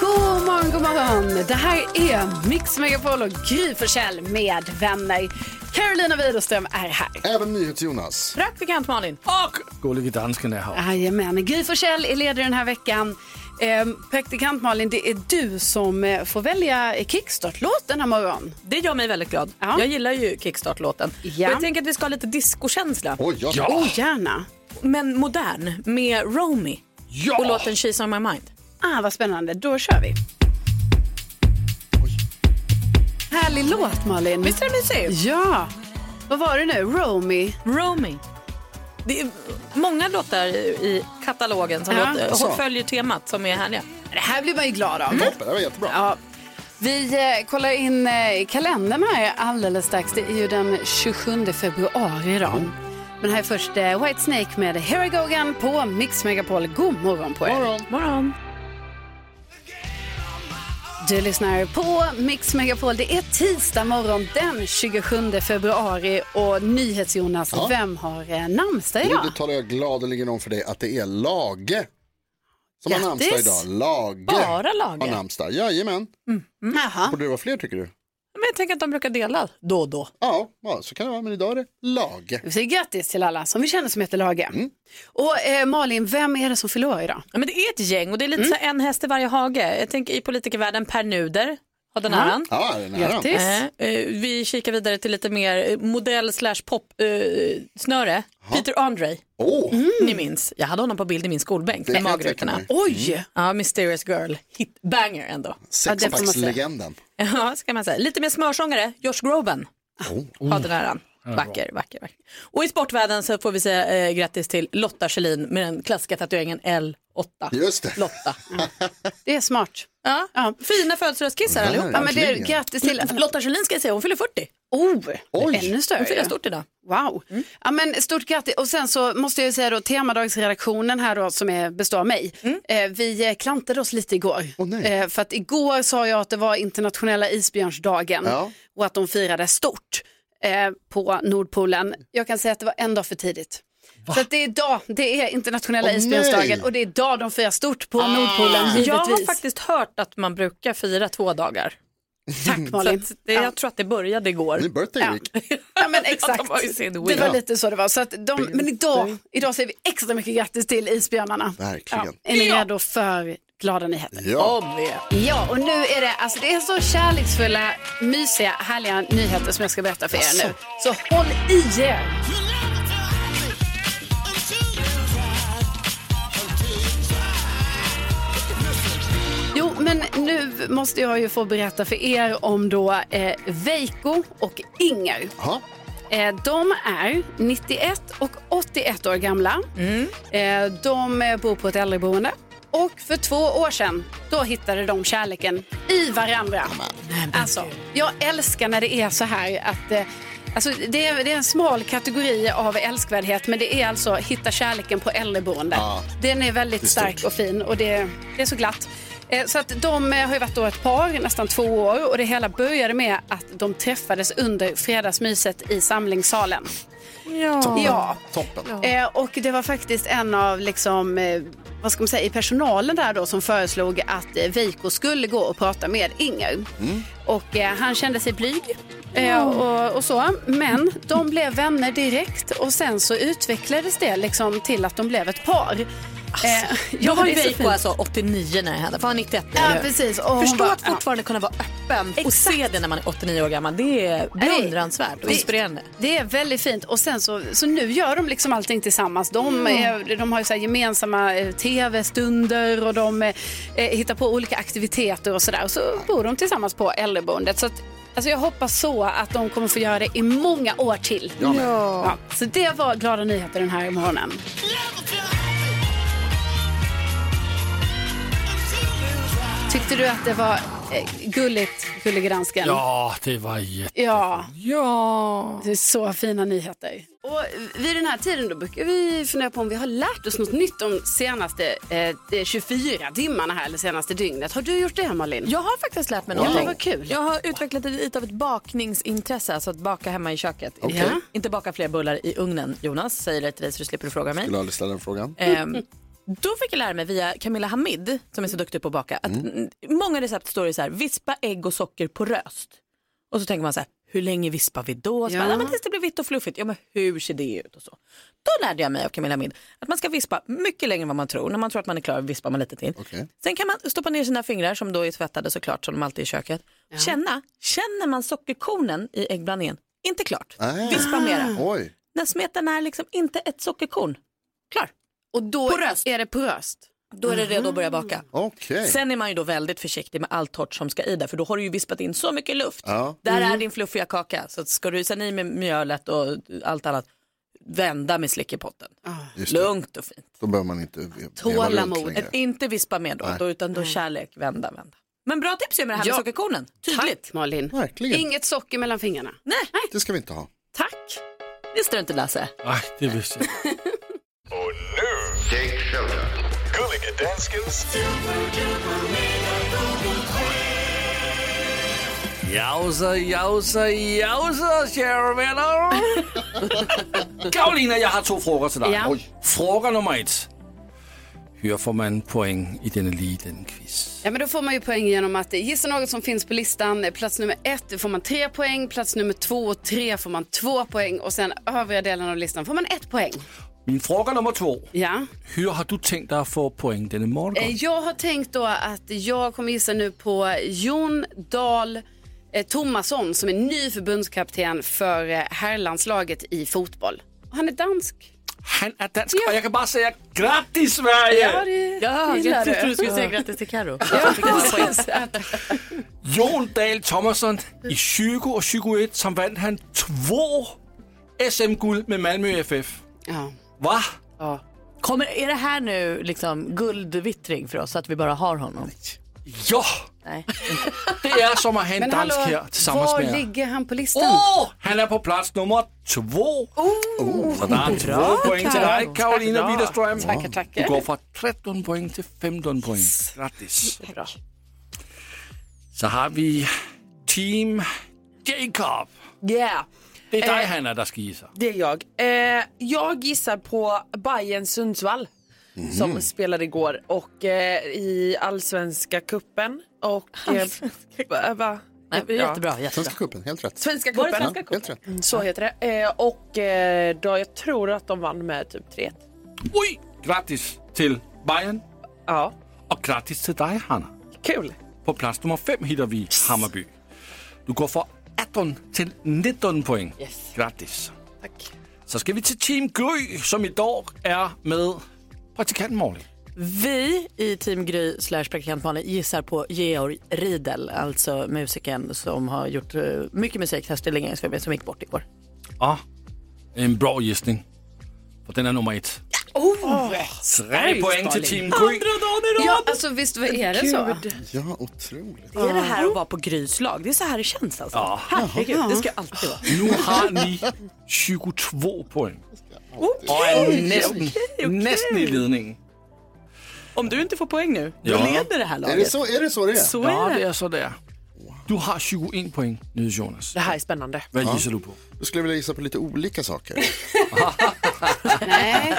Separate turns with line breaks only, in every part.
God morgon, god morgon. Det här är Mix Megapol och Gry Forssell med vänner. Carolina Widerström är här.
Även NyhetsJonas.
Praktikant Malin.
Gullige dansken är här.
Jajamän. Gry Forssell är ledare den här veckan. Ehm, praktikant Malin, det är du som eh, får välja eh, kickstart-låt den här morgonen.
Det gör mig väldigt glad.
Ja.
Jag gillar ju Kickstart-låten.
Ja.
Och Jag tänker att vi ska ha lite discokänsla,
Oj, ja.
Oh, gärna.
men modern, med Romy och låten She's on my mind.
Ah, vad spännande. Då kör vi. Härlig låt, Malin.
Visst är det mysigt?
Ja. Vad var det nu? Romy?
Romy. Det är många låtar i katalogen som
Ja.
låter,
Så.
och Alltså, följer temat som är härliga.
Det här blir man ju glad av.
Toppen, det var jättebra.
Ja. Vi eh, kollar in eh, kalendern här alldeles strax. Det är ju den 27 februari idag. Men här är först eh, White Snake med Here I Go Again på Mix Megapol. God morgon på er.
Morgon.
Du lyssnar på Mix Megapol. Det är tisdag morgon den 27 februari och NyhetsJonas,
Ja.
vem har eh, namnsdag
Nu
idag?
betalar jag gladeligen om för dig att det är Lage som har
Grattis.
namnsdag idag. Lage
Bara Lage? Mm,
har namnsdag. Jajamän.
Jaha.
Borde det vara fler tycker du?
Men jag tänker att de brukar dela då och då.
Ja, ja, så kan det vara. Men idag är det Lage.
Vi säger grattis till alla som vi känner som heter Lage.
Mm.
Och eh, Malin, vem är det som fyller år idag?
Ja, men det är ett gäng och det är lite
Mm.
så här en häst i varje hage. Jag tänker i politikervärlden Per Nuder har den här.
Ja, den här.
Grattis.
Eh, eh, vi kikar vidare till lite mer eh, modell slash pop eh, snöre. Peter Andre, Mm.
Åh,
ni minns. Jag hade honom på bild i min skolbänk.
Det
med
kan jag tänka
magrutorna.
mig. Mm.
Oj!
Ja, Mysterious Girl, hit banger ändå.
det får man säga.
sexpackslegenden.
Ja, ska man säga. Lite mer smörsångare, Josh Groban.
Oh,
Har den här. Vacker, vacker, vacker. Och i sportvärlden så får vi säga eh, grattis till Lotta Schelin med den klassiska tatueringen L8.
Just det.
Lotta.
Det är smart.
Ja.
Ja.
Fina födelsedagskissar allihopa.
Ja, men det är
Verkligen.
grattis till...
Lotta Schelin ska jag säga, hon fyller 40.
Oh,
Oj.
ännu större.
Hon firar
ju.
stort idag.
Wow.
Mm.
Ja, men stort grattis. Och sen så måste jag ju säga då, temadagsredaktionen här då som är, består av mig. Eh, vi eh, klantade oss lite igår.
Mm. Åh, nej.
eh, för att igår sa jag att det var internationella isbjörnsdagen
Ja.
och att de firade stort eh, på Nordpolen. Jag kan säga att det var en dag för tidigt. Så att det är idag, det är internationella
Åh,
isbjörnsdagen
nej. Ah.
och det är idag de firar stort på Nordpolen givetvis.
Ah. Jag har faktiskt hört att man brukar fira två dagar.
Tack
Så
Malin.
att det,
Ja.
Jag tror att det började igår.
Ny birthday week.
Ja men
Ja,
exakt.
de var ju sin
det
win.
var lite så det var. Så att de, men idag, idag säger vi extra mycket grattis till isbjörnarna.
Verkligen.
Är ni redo för glada nyheter?
Ja.
Om det.
Ja, och nu är det, alltså det är så kärleksfulla, mysiga, härliga nyheter som jag ska berätta för er nu. Så håll i er! Jo, men nu måste jag ju få berätta för er om då eh, Veiko och Inger.
Ja.
Eh, De är 91 och 81 år gamla. Eh, De eh, bor på ett äldreboende. Och för två år sedan, då hittade de kärleken i varandra. Alltså, jag älskar när det är så här att eh, Alltså, det, är, det är en smal kategori av älskvärdhet men det är alltså hitta kärleken på äldreboende.
Ja.
Den är väldigt
är
stark
stort.
och fin och det, det är så glatt. Eh, Så att de eh, har ju varit då ett par i nästan två år och det hela började med att de träffades under fredagsmyset i samlingssalen.
Toppen.
Ja.
Toppen.
Eh, Och det var faktiskt en av liksom, eh, vad ska man säga, i personalen där då som föreslog att eh, Veiko skulle gå och prata med Inger. Och eh, han kände sig blyg. eh, Och, och så. Men de blev vänner direkt och sen så utvecklades det liksom till att de blev ett par. Eh,
Jag var
det
ju
är så
Veiko
fint.
alltså 89 när jag hände, för han är 91 nu.
Ja, precis. Och hon
Förstå
bara,
att
ja.
fortfarande kunna vara öppen och
Exakt.
se det när man är 89 år gammal. Det är beundransvärt och
Det-
inspirerande.
Det är väldigt fint. Och sen så, så nu gör de liksom allting tillsammans. De, är, de har ju så här gemensamma eh, tv-stunder och de eh, hittar på olika aktiviteter och sådär. Och så bor de tillsammans på äldreboendet. Så att, alltså jag hoppas så att de kommer få göra det i många år till.
Jag med.
Ja, så det var glada nyheter den här morgonen. Tyckte du att det var eh, gulligt, gullig dansken.
Ja, det var jätte...
Ja,
Ja.
det är så fina nyheter. Och vid den här tiden då brukar vi fundera på om vi har lärt oss något nytt de senaste eh, de 24 timmarna här, eller senaste dygnet. Har du gjort det Malin?
Jag har faktiskt lärt mig
Ja,
någonting.
vad kul.
Jag har utvecklat lite av ett bakningsintresse, alltså att baka hemma i köket.
Okej.
Inte- Inte baka fler bullar i ugnen, Jonas. Säger det till dig så du slipper fråga mig.
Skulle aldrig ställa den frågan.
Ehm, då fick jag lära mig via Camilla Hamid, som är så duktig på att baka, att mm. många recept står det så här, vispa ägg och socker på röst. Och så tänker man så här, hur länge vispar vi då? Så
Ja.
bara, "Nej, men tills det blir vitt och fluffigt. Ja, men hur ser det ut? Och så. Då lärde jag mig av Camilla Hamid att man ska vispa mycket längre än vad man tror. När man tror att man är klar vispar man lite till.
Okej.
Sen kan man stoppa ner sina fingrar som då är tvättade såklart, som de alltid är i köket. Känna, känner man sockerkornen i äggblandningen? Inte klart.
Nej.
Vispa mera.
Ah. Oj,
När smeten är liksom inte ett sockerkorn, klar.
Och då
På röst.
är det på röst.
Då är det redo att börja baka.
okej.
Sen är man ju då väldigt försiktig med allt torrt som ska i där för då har du ju vispat in så mycket luft.
Ja.
Där är din fluffiga kaka. Så att ska du sen i med mjölet och allt annat, vända med slickepotten.
Mm, Just det.
Lugnt och fint.
Då behöver man inte veva
Tålamod.
runt längre.
Inte vispa med då, då utan då kärlek, vända, vända. Men bra tips ju med det här med
Ja.
sockerkornen. Tydligt.
Tack Malin.
Verkligen.
Inget socker mellan fingrarna.
Nej,
Det ska vi inte ha.
tack. Visste du inte Lasse?
Nej, det visste jag. Jausa, jausa, jausa, kära vänner! Karolina, jag har två frågor till dig.
Ja. Oj.
Fråga nummer ett. Hur får man poäng i denna liten quiz?
Ja, men då får man ju poäng genom att eh, gissa något som finns på listan. Eh, Plats nummer ett får man tre poäng, plats nummer två och tre får man två poäng och sen övriga delen av listan får man ett poäng.
Min fråga nummer två.
Ja.
Hur har du tänkt dig att få poäng denna morgon?
Eh, Jag har tänkt då att jag kommer gissa nu på Jon Dahl eh, Tomasson som är ny förbundskapten för eh, herrlandslaget i fotboll. Och Han är dansk.
Han är dansk och jag kan bara säga grattis Sverige!
det
jag
gillar
trodde du
du.
skulle säga grattis till Carro.
Jon Dahl Thomasson i 20 och 21 som vann han två SM-guld med Malmö FF.
Ja.
Va?
Kommer, är det här nu liksom guldvittring för oss, så att vi bara har honom?
Ja!
Nej.
Det är som att ha en
Men
dansk
hallå,
här tillsammans med
var
er.
ligger han på listan?
Åh! Han är på plats nummer två.
Uh,
Så det är två poäng till dig Karolina Widerström.
Tackar,
Du
tackar.
går från 13 poäng till 15 poäng. Grattis. Så har vi Team Jacob.
Yeah.
Det är
Øh,
dig Hanna där ska gissa.
Det är jag. Eh, jag gissar på Bayern Sundsvall
Mhm.
som spelade igår och eh, i allsvenska cupen och... Eh, va- va?
Nej,
Ja.
jättebra, jättebra.
Svenska cupen, helt rätt.
Svenska
Var det
cupen.
Svenska
Helt rätt.
Så heter det. Eh, och eh, då jag tror att de vann med typ 3
Oj! Grattis till Bayern
Ja,
och grattis till dig Hanna.
kul.
På plats nummer fem hittar vi Hammarby. Du går från 18 till 19 poäng. Grattis.
Tack.
Så ska vi till Team Gry som idag är med praktikanten Malin.
Vi i Team Gry slash praktikantmannen gissar på Georg Riedel, alltså musikern som har gjort eh, mycket musik här till länge som gick bort igår.
Ja, en bra gissning. För den är nummer ett. Oh, Tre poäng till Team Gry.
Ja, alltså visst vad är det så?
Ja, otroligt.
Är det här att vara på Grys lag? Det är så här det känns alltså.
Ja.
Herregud, det ska alltid vara.
Nu har ni 22 poäng. Och är nästan, nästan i ledningen.
Om du inte får poäng nu, då
Ja.
leder det här laget.
Är det så är det, så det är?
Så
Ja,
är
det
det.
är så det är. Du har 21 poäng nu Jonas.
Det här är spännande.
Vad gissar du på?
Då skulle jag vilja gissa på lite olika saker.
Nej.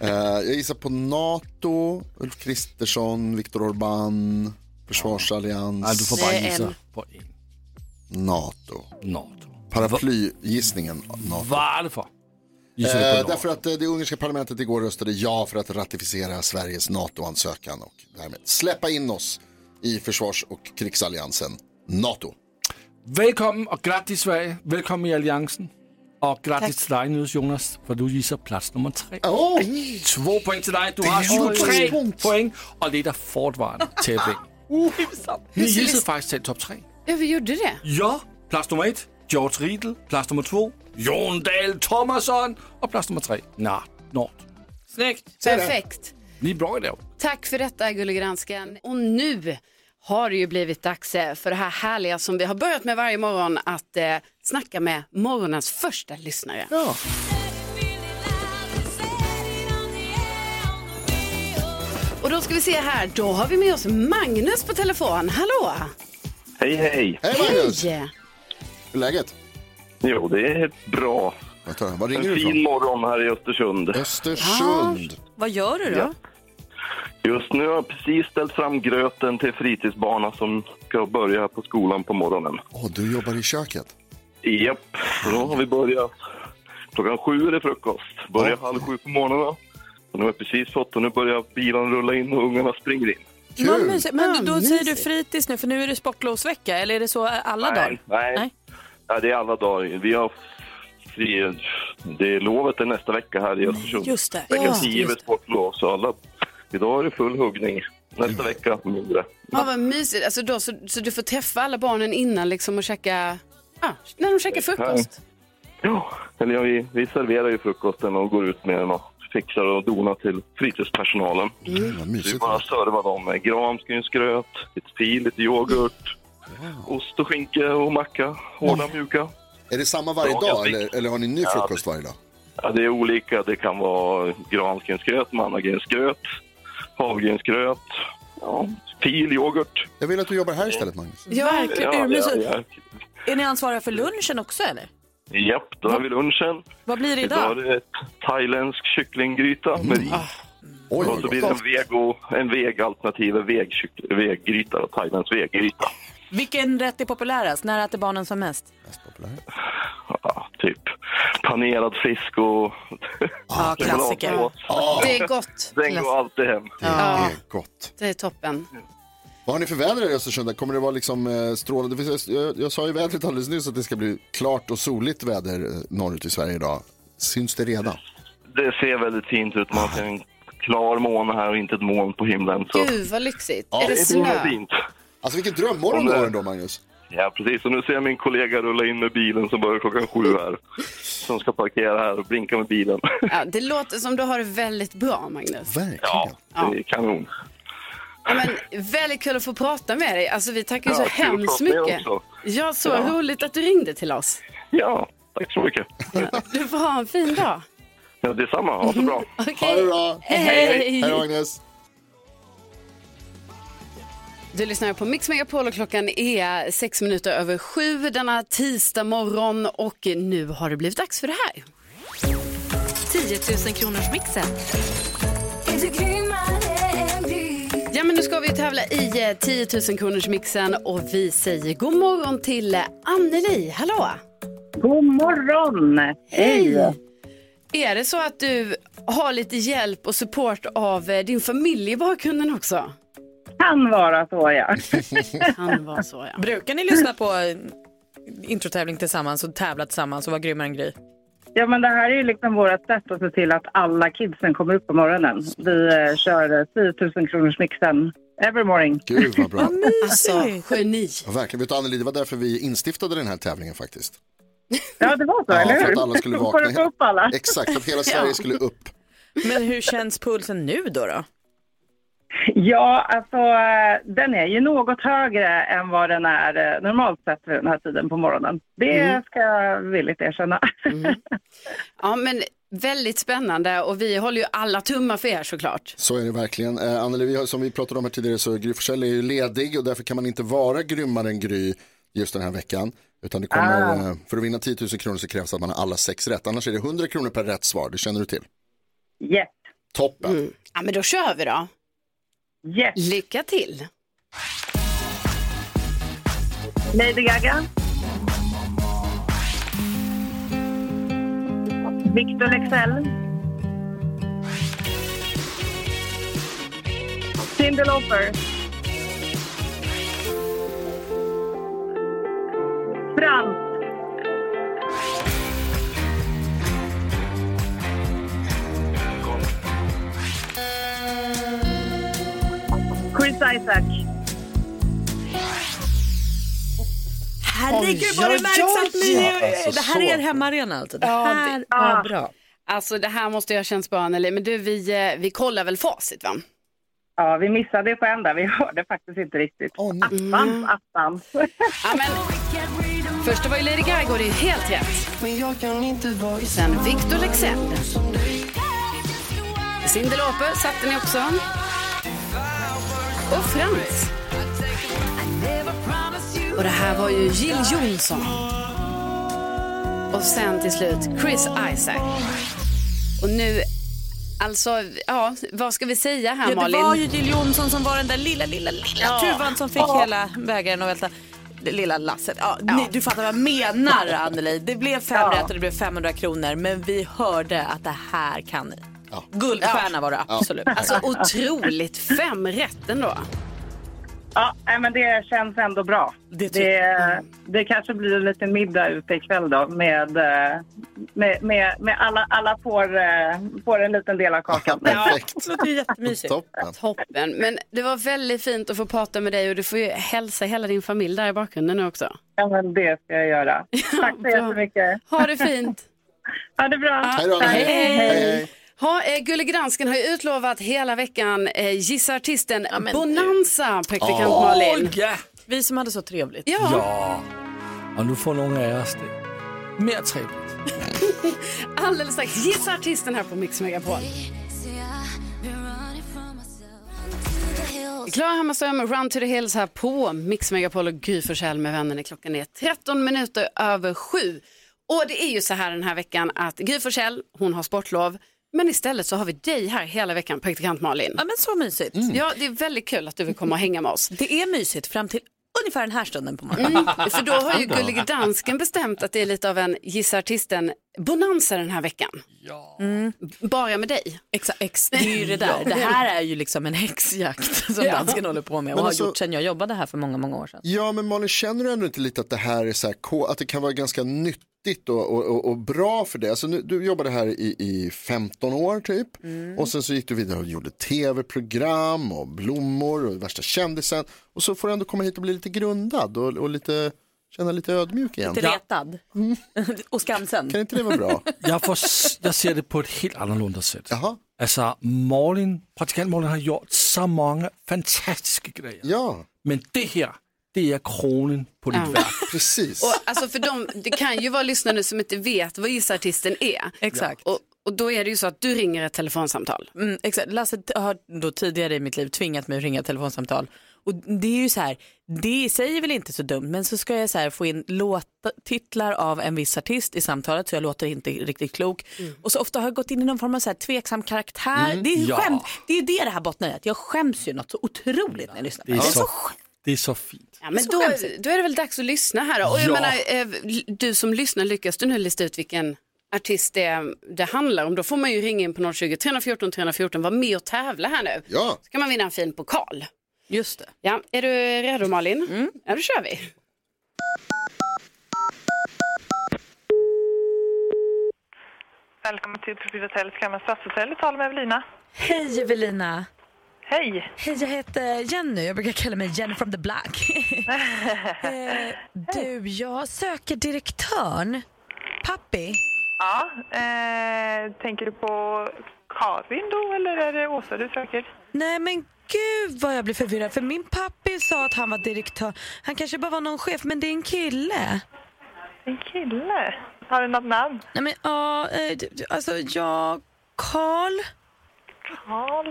Eh, jag gissar på NATO, Ulf Kristersson, Viktor Orbán, försvarsallians,
Nej, du får bara
Det är
gissa
en.
på en.
NATO.
NATO.
Paraplygissningen NATO.
Varför? Gissar du
Eh,
på NATO?
därför att eh, det ungerska parlamentet igår röstade ja för att ratificera Sveriges NATO-ansökan och därmed släppa in oss i försvars och krigsalliansen NATO.
Välkommen och grattis Sverige. Välkommen i alliansen. Och grattis till dig nu Jonas, för du gissar plats nummer tre.
Åh,
Två poäng till dig. Du
var
har 23
tungt.
poäng och leder fortfarande tävling. Ni gissade faktiskt till topp tre.
Ja, vi gjorde det.
Ja, plats nummer ett, George Riedel. Plats nummer två, Jon Dahl Thomasson. Och plats nummer tre, Nart. Nart.
Perfekt.
Ni är bra idag.
Tack för detta, gullig gransken. Och nu har det ju blivit dags eh, för det här härliga som vi har börjat med varje morgon att eh, snacka med morgonens första lyssnare. Och då ska vi se här, då har vi med oss Magnus på telefon. Hallå!
Hej, hej.
Hej Magnus! Hur
Hej!
är läget?
Jo, det är bra.
Vad tar jag? Var
En
ringer du
fin
ifrån?
morgon här i Östersund.
Östersund.
Vad gör du då?
Ja. Just nu har jag precis ställt fram gröten till fritidsbarna som ska börja på skolan på morgonen.
Åh, du jobbar i köket.
Japp, så då har vi börjat. Klockan sju är det frukost. Börjar
Ja.
halv sju på morgonen. Och nu har jag precis fått och nu börjar bilen rulla in och ungarna springer in.
Vad
Kul!
mysigt. Men då
Ja,
säger du
mysigt.
fritids nu, för nu är det sportlovsvecka, eller är det så eh, alla dagar?
Nej, nej.
Nej.
Ja, det är alla dagar. Vi har fri... Det är lovet är nästa vecka här i Östersund.
Just det.
Vecka
Ja,
10
just
med sportlov, så alla... Idag är det full huggning.
Mm.
Nästa vecka mindre.
Ja, vad mysigt. Alltså då, så, så du får träffa alla barnen innan liksom och käka, ja, när de käkar frukost.
Ja, eller ja, vi, vi serverar ju frukosten och går ut med den och fixar och donar till fritidspersonalen.
Mm. Vad
Vi
mysigt.
bara servar dem med granskrynsgröt, lite fil, lite yoghurt, ost och skinka och macka. Hårda, mjuka.
Är det samma varje
Ja,
dag
jag
eller, eller har ni ny frukost varje dag?
Ja, det är olika. Det kan vara granskrynsgröt, mannagrynsgröt, havregrynsgröt, ja, fil, yoghurt.
Jag vill att du jobbar här istället Magnus.
Ja, verkligen
Ja, ja,
urmysigt.
ja.
Är ni ansvariga för lunchen också eller?
Japp, då har vi lunchen.
Vad blir det
Idag är
idag?
det ett thailändsk kycklinggryta med ris.
Mm. Ah. Oj,
Och så
vad
blir det en
gott.
vego, en vegalternativ vegkyck- veggryta, thailändsk veggryta.
Vilken rätt är populärast? När äter barnen som mest?
Ja, typ panerad fisk
Ah,
och
Ja, klassiker.
chokladkål.
Det är gott.
Den går alltid hem.
Det är gott.
Det är toppen.
Vad har ni för väder i Östersund? där? Kommer det vara liksom eh, strålande? Det finns- Jag, jag sa ju vädret alldeles nyss att det ska bli klart och soligt väder eh, norrut i Sverige idag. Syns det redan?
Det ser väldigt fint ut. Man ser en klar måne här och inte ett moln på himlen. Så.
Gud vad lyxigt.
Ja,
är det
Det är så himla
snö?
fint.
Alltså vilken drömmorgon
Om
du
det-
har ändå Magnus.
Ja, precis. Och nu ser jag min kollega rulla in med bilen som börjar klockan sju här. Som ska parkera här och blinka med bilen.
Ja, det låter som du har det väldigt bra Magnus.
Verkligen.
Ja, det är kanon.
Ja, men, väldigt kul att få prata med dig. Alltså, vi tackar ju så
Ja, kul att
hemskt
prata med er
mycket.
också.
Ja, så
Ja.
roligt att du ringde till oss.
Ja, tack så mycket.
Du får ha en fin dag.
Ja, detsamma. Ha det bra.
Ha det bra. Hej. Hej då, Magnus.
Du lyssnar på Mix Megapol och klockan är sex minuter över sju denna tisdag morgon och nu har det blivit dags för det här.
10 000 kronors mixen.
Ja, men nu ska vi ju tävla i eh, 10 000 kronors mixen och vi säger god morgon till eh, Anneli. Hallå!
God morgon! Hej!
Är det så att du har lite hjälp och support av eh, din familj i bakgrunden också?
Kan vara så, ja.
Kan vara så ja.
Brukar ni lyssna på eh, introtävling tillsammans och tävla tillsammans och vara grymmare än Gry?
ja men det här är ju liksom vårt sätt att se till att alla kidsen kommer upp på morgonen. Vi eh, kör eh, 10 000 kronors mixen every morning.
Gud vad bra.
Alltså, geni.
Ja, verkligen. Vet du Anneli, det var därför vi instiftade den här tävlingen faktiskt.
Ja, det var så, eller hur?
för att alla skulle
För
vakna.
att få upp alla.
Exakt, för att hela Sverige skulle upp.
Men hur känns pulsen nu då? då?
Ja, alltså eh, den är ju något högre än vad den är eh, normalt sett vid den här tiden på morgonen. Det
Mm.
ska jag villigt erkänna.
Ja, men väldigt spännande och vi håller ju alla tummar för er såklart.
Så är det verkligen. Eh, Anneli, vi har, som vi pratade om här tidigare så Gry Forssell är ju ledig och därför kan man inte vara grymmare än Gry just den här veckan. Utan det kommer, eh, för att vinna 10 000 kronor så krävs att man har alla sex rätt. Annars är det 100 kronor per rätt svar, det känner du till.
Yes,
Toppen.
Mm. Ja, men då kör vi då.
yes.
Lycka till.
Lady Gaga. Victor Leksell. Cyndi Lauper. Frans. Chris Isaak.
Herregud vad det märks att ni är... Det här är er hemmaarena alltså. Det här
Ah.
var bra.
Alltså det här måste jag känns bra Anneli, men du vi, eh, vi kollar väl facit va?
Ja, vi missade det på en där. Vi hörde faktiskt inte riktigt. Attans, attans.
Ja, men, först var ju Lady Gaga och det är helt rätt. Men jag kan inte vara Sen Victor Leksell. Cyndi Lauper satte ni också. Och Frans. Och det här var ju Jill Johnson. Och sen till slut Chris Isaac. Och nu, alltså, ja, vad ska vi säga här
Ja, det
Malin?
var ju Jill Johnson som var den där lilla, lilla, lilla tuvan som fick hela bägaren att välta. Det lilla lasset. Ja, ni- Du fattar vad jag menar Anneli. Det blev fem
Ja.
rätt och det blev 500 kronor. Men vi hörde att det här kan ni. Guldstjärna var det absolut.
Alltså otroligt, fem rätten då.
Ja, nej, men det känns ändå bra.
Det,
det, kanske blir en liten middag ute ikväll då med, eh, med, med, med alla, alla får, eh, får en liten del av kakan.
Det låter jättemysigt.
Toppen.
Toppen. Men det var väldigt fint att få prata med dig och du får ju hälsa hela din familj där i bakgrunden nu också.
Ja, men det ska jag göra. Tack så jättemycket.
Ha det fint.
Ha det bra.
Ja,
Hej då, Anna.
Hej, hej.
Hej, hej.
Ha, eh, Gullig Gransken har ju utlovat hela veckan eh, Gissa artisten Bonanza, praktikant
Åh,
Malin.
ja.
Vi som hade så trevligt.
Ja.
Ja, och nu får några av oss det. Mer trevligt.
Alldeles strax. Gissa artisten här på Mix Megapol. Klara Hammarström, Run to the Hills här på Mix Megapol och Gry Forssell med vänner. Klockan är 13 minuter över sju. Och det är ju så här den här veckan att Gry Forssell, hon har sportlov. Men istället så har vi dig här hela veckan, praktikant Malin. Ja
men så mysigt.
Ja det är väldigt kul att du vill komma och hänga med oss.
Det är mysigt fram till ungefär den här stunden på morgonen.
Mm, för då har ju Gullige Dansken bestämt att det är lite av en Gissa Artisten-bonanza den här veckan.
Mm.
Bara med dig.
Exa, ex, det är ju det där. Det här är ju liksom en häxjakt som
Ja.
dansken håller på med och
Men
har
alltså-
gjort sedan jag jobbade här för många, många år sedan.
Ja, men Malin, känner du ändå inte lite att det här är så här, ko- att det kan vara ganska nyttigt och, och, och, och bra för dig? Alltså, nu, du jobbade här i, i 15 år typ
Mm.
och sen så gick du vidare och gjorde tv-program och blommor och värsta kändisen och så får du ändå komma hit och bli lite grundad och, och lite, känna lite ödmjuk igen.
Lite retad. och skamsen.
Kan inte det vara bra?
Jag, får, s- jag ser det på ett helt annorlunda sätt. Alltså, Malin, praktikant Malin har gjort så många fantastiska grejer.
Ja.
Men det här, det är kronen på ditt
Ja.
verk.
Precis.
Och alltså för dem, det kan ju vara lyssnare nu som inte vet vad gissartisten är.
Exakt.
Och, och då är det ju så att du ringer ett telefonsamtal.
Mm, exakt. Lasse t- har då tidigare i mitt liv tvingat mig att ringa telefonsamtal. Och det är ju så här, det i sig är väl inte så dumt, men så ska jag så här få in låta, titlar av en viss artist i samtalet så jag låter inte riktigt klok. Och så ofta har jag gått in i någon form av så här tveksam karaktär.
Mm.
Det är ju
Ja.
skämt. Det är det det här bottnar i, att jag skäms ju något så otroligt när jag lyssnar på
Det
det.
är
Det är
så,
så
det är så fint.
Ja, men då, då är det väl dags att lyssna här då. Och jag
Ja.
menar, eh, du som lyssnar, lyckas du nu lista ut vilken artist det, det handlar om, då får man ju ringa in på 020 314 314, var med och tävla här nu.
Ja.
Så kan man vinna en fin pokal.
Just det.
Ja, är du redo Malin? Ja, då kör vi.
Välkommen till Torped Hotel Skammen Stadshotell. Tala med Evelina.
Hej Evelina!
Hej!
Hej, jag heter Jenny. Jag brukar kalla mig Jenny from the Black. eh, du, jag söker direktörn. Pappi?
Ja, eh, tänker du på Karin då eller är det Åsa du söker?
Nej men gud vad jag blir förvirrad. För min pappi sa att han var direktör. Han kanske bara var någon chef, men det är en kille.
En kille? Har du något namn?
Nej men ja, eh, d- d- alltså jag... Karl?
Karl?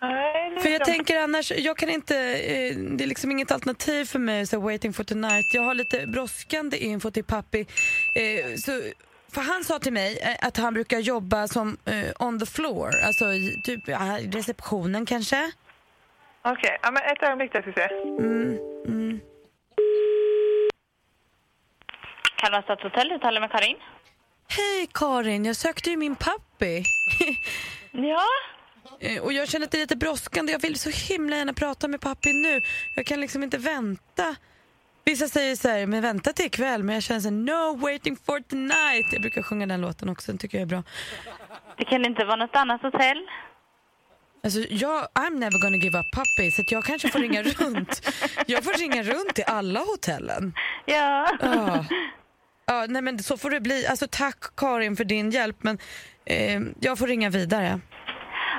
Nej, det
För jag
vet inte.
tänker annars, jag kan inte, eh, det är liksom inget alternativ för mig så waiting for tonight. Jag har lite brådskande info till pappi. Eh, så, för han sa till mig eh, att han brukar jobba som eh, on the floor, alltså i typ ja, i receptionen kanske.
Okej, ja, men ett ögonblick jag ska se.
Mm, mm.
Kalmarstadshotell, du talar med Karin.
Hej Karin, jag sökte ju min pappi. Eh,
ja?
Och jag känner att det är lite brådskande. Jag vill så himla gärna prata med pappi nu. Jag kan liksom inte vänta. Vissa säger så här, men vänta till ikväll. Men jag känner så här, no waiting for tonight. Jag brukar sjunga den låten också, den tycker jag är bra.
Det kan inte vara något annat hotell.
Alltså, jag, I'm never gonna give up pappi, så att jag kanske får ringa runt. Jag får ringa runt i alla hotellen.
Ja.
Ja. Ja, nej men så får det bli. Alltså tack Karin för din hjälp, men eh, jag får ringa vidare.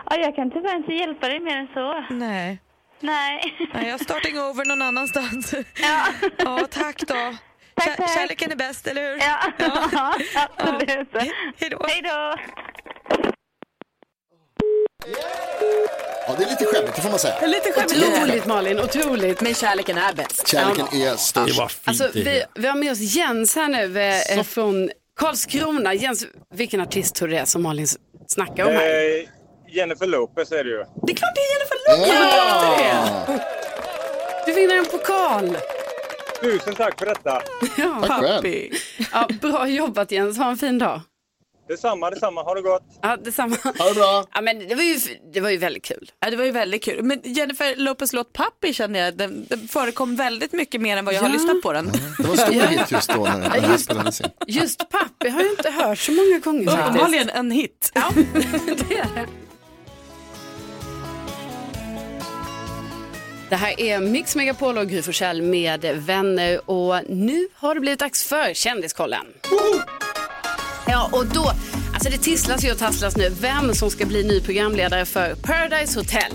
Ja, jag kan tyvärr inte hjälpa dig mer än så.
Nej.
Nej.
Nej, jag starting over någon annanstans.
Ja.
ja tack då. Kär-
tack.
Kärleken är bäst, eller hur?
Ja, absolut.
Hej då.
Hej då.
Ja, det är lite skämmigt, det får man säga.
Lite Otroligt Malin, otroligt. Men kärleken är bäst.
Kärleken
Ja.
är störst. Det var fint
Alltså, vi, vi har med oss Jens här nu eh, från Karlskrona. Jens, vilken artist tror du det är som Malin s- snackar om här?
Eh, Jennifer Lopez är det ju.
Det är klart det är Jennifer Lopez! Ja! Du vinner en pokal!
Tusen tack för detta.
Ja,
Tack själv.
pappi. Ja, bra jobbat Jens, ha en fin dag.
Detsamma, detsamma. Ha det gott.
Ja, detsamma.
Ha det bra.
Ja, men det, var ju, det var ju väldigt kul.
Ja, det var ju väldigt kul. Men Jennifer Lopez låt Pappi känner jag, den, den förekom väldigt mycket mer än vad jag har lyssnat på den.
Det var en stor hit just då när den här
Just-
spelades in.
Just pappi har jag inte hört så många gånger
Uppenbarligen en hit.
Ja, det är det. Det här är Mix Megapol och Gry Forssell med vänner och nu har det blivit dags för Kändiskollen. Ja, och då, alltså det tisslas ju och tasslas nu vem som ska bli ny programledare för Paradise Hotel.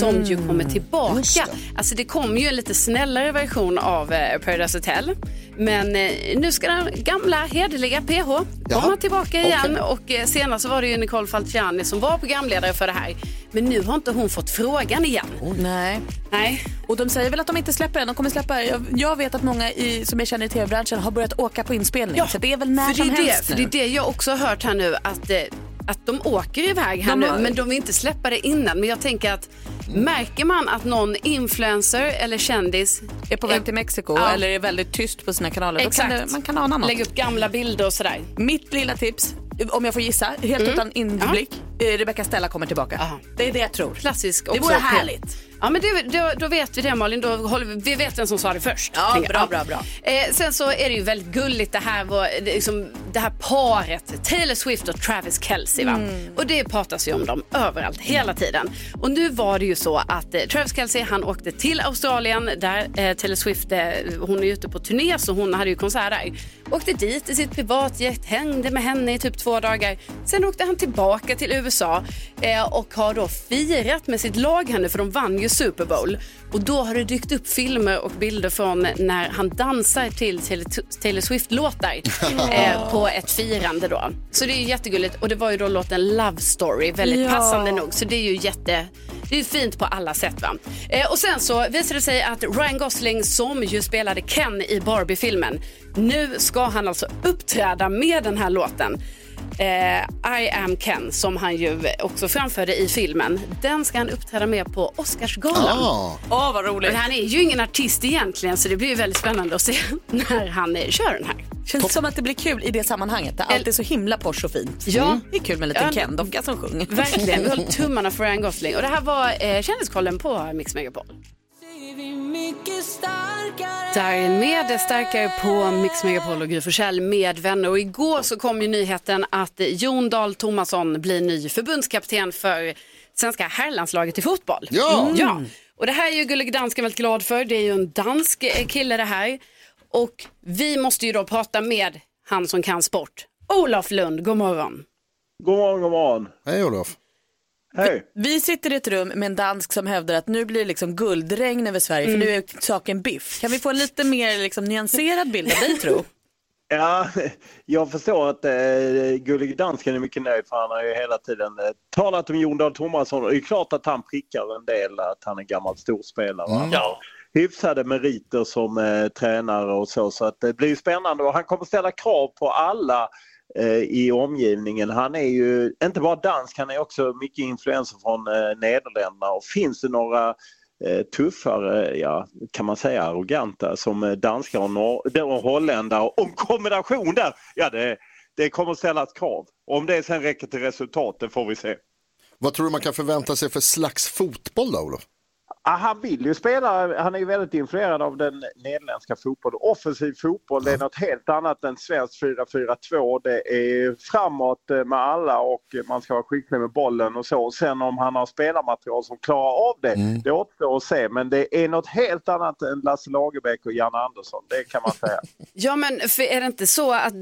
Som ju kommer tillbaka. Alltså det kommer ju en lite snällare version av eh, Paradise Hotel. Men eh, nu ska den gamla hederliga PH komma tillbaka igen. Och eh, senast så var det ju Nicole Falciani som var programledare för det här. Men nu har inte hon fått frågan igen.
Oh, Nej.
Nej.
Och de säger väl att de inte släpper den. De kommer släppa. Jag, jag vet att många i, som jag känner i tv-branschen har börjat åka på inspelning.
Ja,
Så det är väl
för
när
det är
som
det,
helst
För det är
nu.
det jag också har hört här nu att, eh, att de åker iväg här
De
nu
har-
men de vill inte släppa det innan. Men jag tänker att märker man att någon influencer eller kändis
är på väg till Mexiko eller är väldigt tyst på sina kanaler. Då kan
Exakt.
det, man kan ana något.
Lägg upp gamla bilder och sådär.
Mitt lilla tips, om jag får gissa, helt
Mm.
utan inblick, eh, Rebecca Stella kommer tillbaka. Det är det jag tror.
Klassisk
Det
också.
vore härligt.
Ja, men det, då, då vet vi det Malin. Då håller vi, vi vet vem som sa det först.
Ja,
tänker jag.
bra, bra,
Eh, sen så är det ju väldigt gulligt det här, var, det, liksom, det här paret, Taylor Swift och Travis Kelce. Va?
Mm.
Och det pratas ju om dem överallt, hela tiden. Och nu var det ju så att eh, Travis Kelce han åkte till Australien där eh, Taylor Swift, eh, hon är ju ute på turné så hon hade ju konsert där. Åkte dit i sitt privatjet, hängde med henne i typ två dagar. Sen åkte han tillbaka till USA eh, och har då firat med sitt lag här nu för de vann ju Super Bowl. Och då har det dykt upp filmer och bilder från när han dansar till Taylor- Taylor Swift-låtar eh, på ett firande då. Så det är ju jättegulligt och det var ju då låten Love Story, väldigt
Ja.
passande nog. Så det är ju jätte, det är ju fint på alla sätt va. Eh, och sen så visade det sig att Ryan Gosling som ju spelade Ken i Barbie-filmen, nu ska han alltså uppträda med den här låten. Eh, I am Ken som han ju också framförde i filmen. Den ska han uppträda med på Oscarsgalan.
Ah.
Åh, vad roligt.
Men han är ju ingen artist egentligen så det blir ju väldigt spännande att se när han eh, kör den här.
Känns som att det blir kul i det sammanhanget där allt är så himla posh och fint. Mm.
Ja.
Det är kul med en liten
Ja.
Ken-docka som sjunger.
Verkligen, vi håller tummarna för Ryan Gosling. Och det här var eh, Kändiskollen på Mix Megapol. Darin med starkare på Mix Megapol och Gry Forssell med vänner. Och igår så kom ju nyheten att eh, Jon Dahl Tomasson blir ny förbundskapten för svenska herrlandslaget i fotboll.
Ja.
Mm. ja! Och det här är ju Gullig Dansken väldigt glad för. Det är ju en dansk eh, kille det här. Och vi måste ju då prata med han som kan sport. Olof Lund, god morgon.
God morgon, god morgon.
Hej Olof.
Hej.
Vi sitter i ett rum med en dansk som hävdar att nu blir det liksom guldregn över Sverige
Mm.
för nu är saken biff. Kan vi få en lite mer liksom, nyanserad bild av dig tro?
Ja, jag förstår att eh, Gullig Dansken är mycket nöjd för han har ju hela tiden eh, talat om Jon Dahl Tomasson och det är klart att han prickar en del att han är gammal storspelare. och
Mm.
han har
Ja.
Hyfsade meriter som eh, tränare och så så att eh, det blir ju spännande och han kommer ställa krav på alla eh, i omgivningen. Han är ju inte bara dansk, han är också mycket influenser från eh, Nederländerna och finns det några eh, tuffare, ja, kan man säga arroganta som eh, danskar och, nor- och holländare. Om kombination där, ja det, det kommer ställas krav. Om det sen räcker till resultat, det får vi se.
Vad tror du man kan förvänta sig för slags fotboll då Olof?
Ja, han vill ju spela, han är ju väldigt influerad av den nederländska fotbollen. Offensiv fotboll, det är något helt annat än svensk 4-4-2. Det är framåt eh, med alla och man ska vara skicklig med bollen och så. Och Sen om han har spelarmaterial som klarar av det, det återstår att se. Men det är något helt annat än Lasse Lagerbäck och Janne Andersson, det kan man säga.
Ja, men för är det inte så att,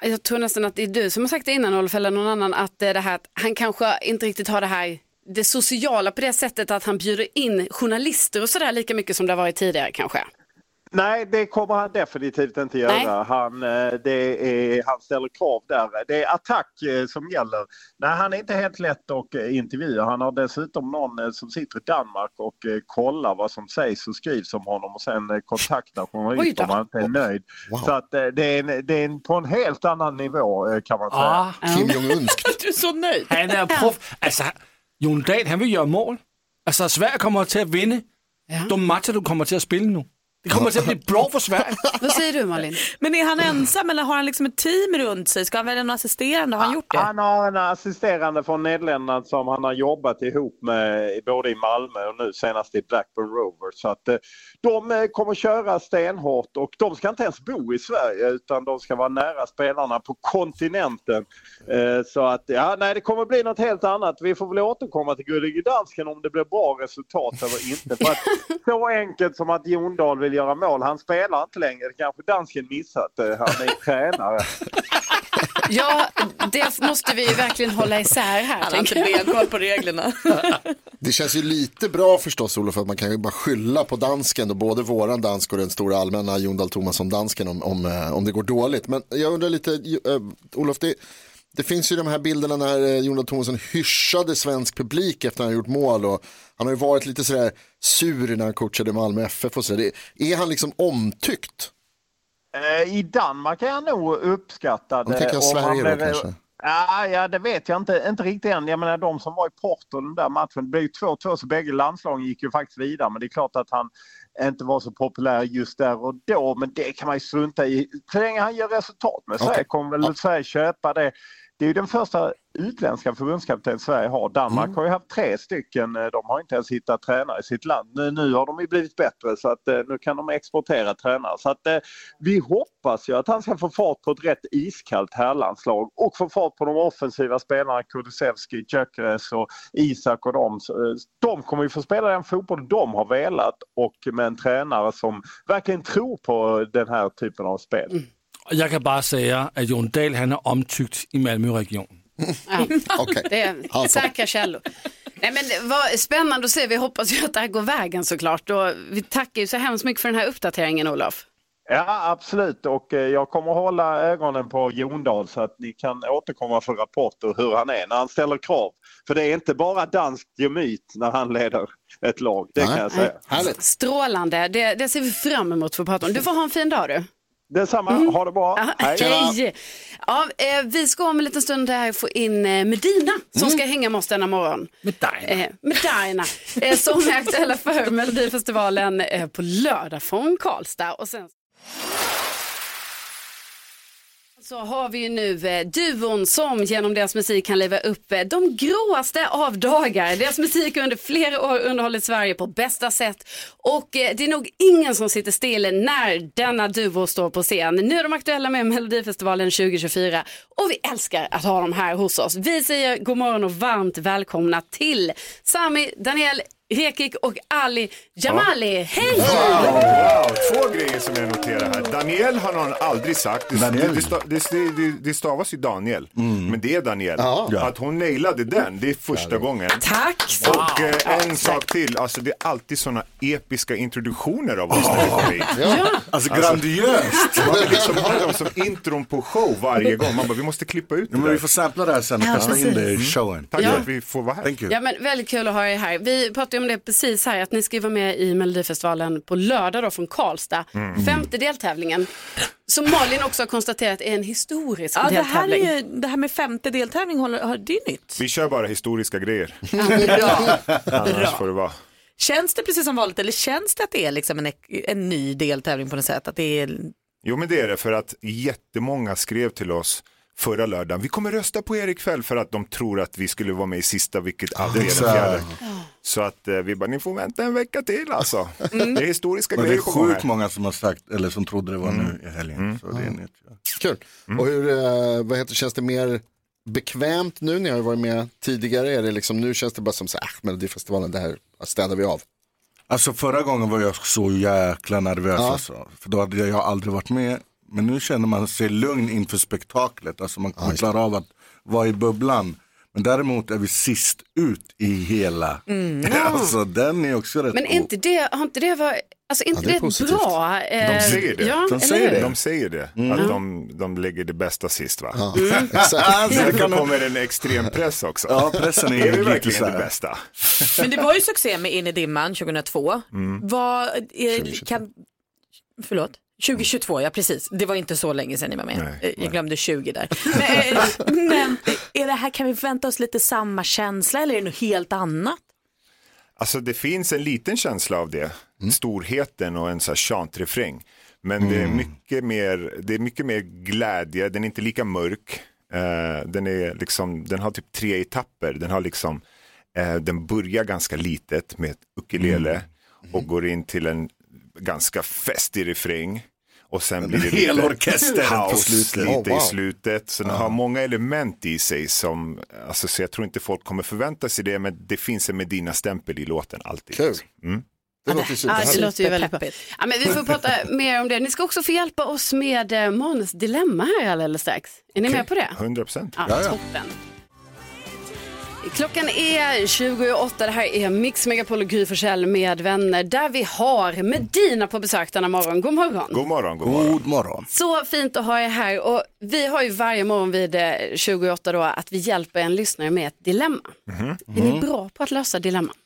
jag tror nästan att det är du som har sagt det innan Olof, eller någon annan, att eh, det här att han kanske inte riktigt har det här det sociala på det sättet att han bjuder in journalister och sådär lika mycket som det har varit tidigare kanske?
Nej, det kommer han definitivt inte göra. Han, eh, det är, han ställer krav där. Det är attack eh, som gäller. Nej, han är inte helt lätt att eh, intervjua. Han har dessutom någon eh, som sitter i Danmark och eh, kollar vad som sägs och skrivs om honom och sen eh, kontaktar journalister om han inte är nöjd. Så att, eh, det är, en, det är en, på en helt annan nivå eh, kan man säga.
Ah. Kim
Jong-Unsk.
Du är så nöjd.
Han är proff. Alltså, Jon Dahl, han vill göra mål. Alltså, Sverige kommer till att vinna de matcher du kommer till att spela nu. Det kommer till att bli bra för Sverige.
Vad säger du Malin?
Men är han ensam eller har han liksom ett team runt sig? Ska han välja någon assisterande? Har han gjort det?
Han har en assisterande från Nederländerna som han har jobbat ihop med både i Malmö och nu senast i Blackburn Rovers. Så att, eh, de eh, kommer köra stenhårt och de ska inte ens bo i Sverige utan de ska vara nära spelarna på kontinenten. Eh, Så att ja, nej, det kommer bli något helt annat. Vi får väl återkomma till Gullige Dansken om det blir bra resultat eller inte. För att, så enkelt som att Jon Dahl vill göra mål, han spelar inte längre. Det kanske dansken missat, eh, han är tränare.
Ja, det måste vi ju verkligen hålla isär här.
Han har inte benkoll på reglerna.
Det känns ju lite bra förstås Olof att man kan ju bara skylla på dansken och både våran dansk och den stora allmänna Jon Dahl Tomasson dansken om, om, eh, om det går dåligt. Men jag undrar lite eh, Olof, det, det finns ju de här bilderna när eh, Jon Dahl Tomasson hyschade svensk publik efter han gjort mål och han har ju varit lite sådär sur när han coachade Malmö FF och sådär. Det- Är han liksom omtyckt?
Eh, I Danmark är han nog uppskattad.
Om tänker jag
eh,
Sverige då,
blev-
kanske?
Ja, ja, det vet jag inte, inte riktigt än. Jag menar de som var i Porto den där matchen, det blev ju 2-2 så bägge landslagen gick ju faktiskt vidare. Men det är klart att han inte var så populär just där och då. Men det kan man ju strunta i. Så länge han gör resultat med Sverige kommer väl Sverige köpa det. Det är ju den första utländska förbundskapten Sverige har. Danmark har ju haft tre stycken. Eh, De har inte ens hittat tränare i sitt land. Nu, nu har de ju blivit bättre så att eh, nu kan de exportera tränare. Så att eh, vi hoppas ju att han ska få fart på ett rätt iskallt herrlandslag och få fart på de offensiva spelarna Kulusevski, Gyökeres och Isak och dem. Så, eh, De kommer ju få spela den fotboll de har velat och med en tränare som verkligen tror på den här typen av spel.
Och jag kan bara säga att Jon Dahl, han är omtyckt i Malmöregionen.
Ja.
Okej.
Det är säkra källor. Nej, men vad spännande att se. Vi hoppas ju att det här går vägen såklart. Och vi tackar ju så hemskt mycket för den här uppdateringen, Olof.
Ja, absolut. Och eh, jag kommer hålla ögonen på Jondal så att ni kan återkomma för rapporter hur han är när han ställer krav. För det är inte bara dansk gemyt när han leder ett lag, det kan jag säga.
Strålande. Det, det ser vi fram emot för att prata om. Du får ha en fin dag du. Mm.
Detsamma, ha det bra.
Hej. Ja, eh, vi ska om en liten stund här få in eh, Medina som ska hänga med oss denna morgon. Medina. Eh, Medina eh, som är aktuella för Melodifestivalen eh, på lördag från Karlstad. Och sen... Så har vi ju nu eh, duon som genom deras musik kan leva upp eh, de gråaste av dagar. Deras musik har under flera år underhållit Sverige på bästa sätt och eh, det är nog ingen som sitter still när denna duo står på scen. Nu är de aktuella med Melodifestivalen 2024 och vi älskar att ha dem här hos oss. Vi säger god morgon och varmt välkomna till Sami, Daniel, Rekik och Ali Jamali. Hej!
Wow, wow. Två grejer som jag noterar här. Daniel har någon aldrig sagt. Det,
Daniel.
det, sta- det, det, det stavas ju Daniel,
Mm.
men det är Daniel.
Ja.
Att hon nailade den, det är första gången.
Tack!
Och eh, en sak till, alltså det är alltid sådana episka introduktioner av oss när vi kommer hit.
Ja. Alltså, grandiöst.
Man vill liksom ha dem som intron på show varje gång. Man bara, vi måste klippa ut det
men
där.
vi får sampla det här sen och
Ja,
kasta in
precis.
det i
Mm.
showen.
Tack
Ja.
för att vi får vara här.
Ja, men väldigt kul att ha er här. Vi pratade ju om det precis här, att ni ska ju vara med i Melodifestivalen på lördag då från Karlstad.
Mm.
Femte deltävlingen, som Malin också har konstaterat är en historisk
Ja, det, här
deltävling.
är ju, det här med femte deltävling, håller, har- det är nytt.
Vi kör bara historiska grejer.
Bra.
Annars
Bra.
får det vara.
Känns det precis som vanligt eller känns det att det är liksom en, en ny deltävling på något sätt? Att det är...
Jo men det är det för att jättemånga skrev till oss förra lördagen. Vi kommer rösta på er ikväll för att de tror att vi skulle vara med i sista vilket aldrig är den
Exakt.
fjärde. Så att eh, vi bara, ni får vänta en vecka till alltså.
Mm.
Det är historiska
Men det är
grejer på gång
sjukt
här.
många som har sagt, eller som trodde det var
Mm.
nu i helgen. Så det är nytt.
Kul. Och hur, eh, vad heter, känns det mer bekvämt nu? Ni har ju varit med tidigare. Är det liksom, nu känns det bara som så här, "Ah, Melodifestivalen, det här städar vi av.
Alltså förra gången var jag så jäkla nervös
Ja.
alltså. För då hade jag, jag aldrig varit med. Men nu känner man sig lugn inför spektaklet. Alltså man, man klarar av att vara i bubblan. Men däremot är vi sist ut i hela.
Mm.
Alltså den är också rätt
Men är inte det, har inte det varit, alltså är inte det, bra? eh,
De säger det.
Ja, eller hur?
De säger det.
Mm.
Att
Ja.
de, de lägger det bästa sist va?
Ja. Mm.
Exakt.
Därför kommer en extrem press också.
Ja, pressen är
är vi
lite så
verkligen
här.
det bästa?
Men det var ju succé med In i dimman 2002.
Mm.
Vad, eh, kan, förlåt? 2022, ja precis. Det var inte så länge sedan ni var med.
Nej,
Eh, jag glömde 20 där. men, eh, men är det här, kan vi vänta oss lite samma känsla eller är det något helt annat?
Alltså det finns en liten känsla av det,
Mm.
storheten och en så här chantrefräng. Men det, är
Mm.
mycket mer, det är mycket mer glädje, den är inte lika mörk. Eh, den, är liksom, den har typ tre etapper, den, har liksom, eh, den börjar ganska litet med ett ukulele
Mm.
och går in till en ganska festig refräng. Och sen blir det
hel
lite
orkester på
house
slutet.
lite
Oh, wow.
i slutet. Så den har många element i sig som, alltså, så jag tror inte folk kommer förvänta sig det, men det finns en Medina-stämpel i låten alltid. Kul. Mm. Det låter
Ja, det låter ju väldigt bra. Ja, men vi får prata mer om det. Ni ska också få hjälpa oss med eh, Måns dilemma här alldeles strax. Är ni med på det?
100 procent.
Ja, toppen. Klockan är 28. Det här är Mix Megapol och Gry Forssell med vänner där vi har Medina på besök denna morgon. God morgon.
God morgon, god morgon.
God morgon.
Så fint att ha er här och vi har ju varje morgon vid eh, 28 då att vi hjälper en lyssnare med ett dilemma.
Mhm.
Mm.
Är ni bra på att lösa dilemman?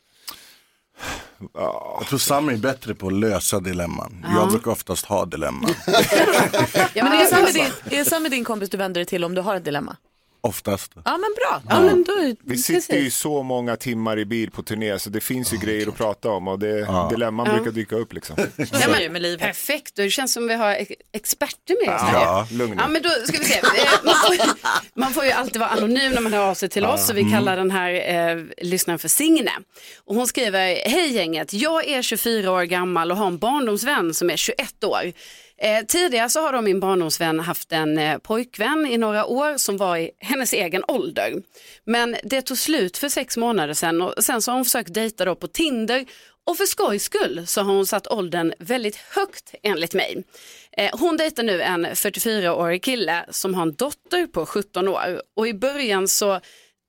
Jag tror Sami är bättre på att lösa dilemman. Jag brukar oftast ha dilemman.
men är Ah, det, samma med din, är det samma med din kompis du vänder dig till om du har ett dilemma?
Oftast.
Ja men bra. Ja, men då,
Vi sitter ju så många timmar i bil på turné så det finns ju grejer att prata om och det, dilemman
Ja.
brukar dyka upp liksom.
Ja, men, Perfekt, och det känns som vi har ex- experter med oss. här.
Ja, lugn nu.
Ja, men då ska vi se. Eh, Man får, ju, man får ju alltid vara anonym när man hör av sig till
Ja.
oss. Så vi
Mm.
kallar den här eh, lyssnaren för Signe. Och hon skriver, hej gänget, jag är 24 år gammal och har en barndomsvän som är 21 år. Eh, tidigare så har då min barndomsvän haft en eh, pojkvän i några år som var i hennes egen ålder. Men det tog slut för sex månader sedan och sen så har hon försökt dejta då på Tinder och för skojs skull så har hon satt åldern väldigt högt enligt mig. Eh, Hon dejtar nu en 44-årig kille som har en dotter på 17 år och i början så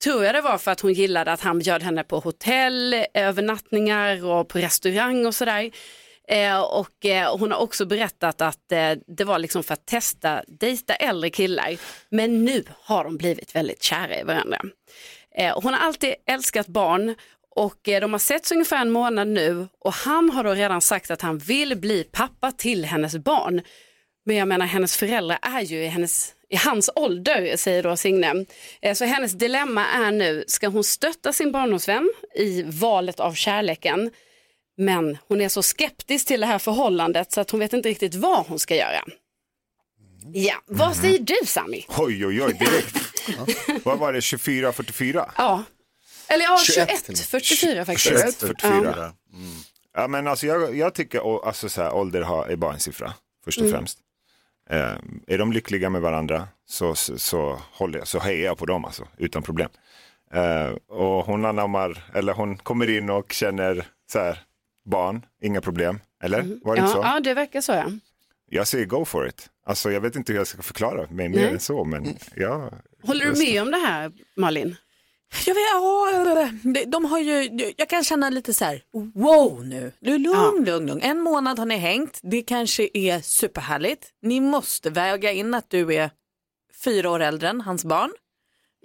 tror jag det var för att hon gillade att han bjöd henne på hotell, övernattningar och på restaurang och sådär. Eh, och eh, hon har också berättat att eh, det var liksom för att testa dejta äldre killar. Men nu har de blivit väldigt kära i varandra. Eh, hon har alltid älskat barn och eh, de har setts ungefär en månad nu och han har då redan sagt att han vill bli pappa till hennes barn. Men jag menar hennes föräldrar är ju i, hennes, i hans ålder, säger då Signe. Eh, Så hennes dilemma är nu, ska hon stötta sin barndomsvän i valet av kärleken? Men hon är så skeptisk till det här förhållandet så att hon vet inte riktigt vad hon ska göra. Ja, vad säger du Sami?
Oj, oj, oj, direkt. Vad var det, 24, 44?
Ja, eller ja,
21
21,
till och med.
44 faktiskt.
21, 44.
Ja.
Mm. Ja, men alltså jag, jag tycker å- alltså, så här, ålder har, är bara en siffra, först och
Mm.
främst. Eh, är de lyckliga med varandra så, så, så, håller jag, så hejar jag på dem alltså, utan problem. Eh, och hon anammar, eller hon kommer in och känner så här, barn, inga problem. Eller? Var det
Mm. Ja,
inte så?
ja, det verkar så ja.
Jag säger go for it. Alltså jag vet inte hur jag ska förklara mig
Nej. Mm.
mer än så, men ja.
Håller du med om det här Malin?
Jag vet, ja, de, de har ju, jag kan känna lite så här, wow nu, nu lugn, lugn, lugn. En månad har ni hängt, det kanske är superhärligt. Ni måste väga in att du är fyra år äldre än hans barn.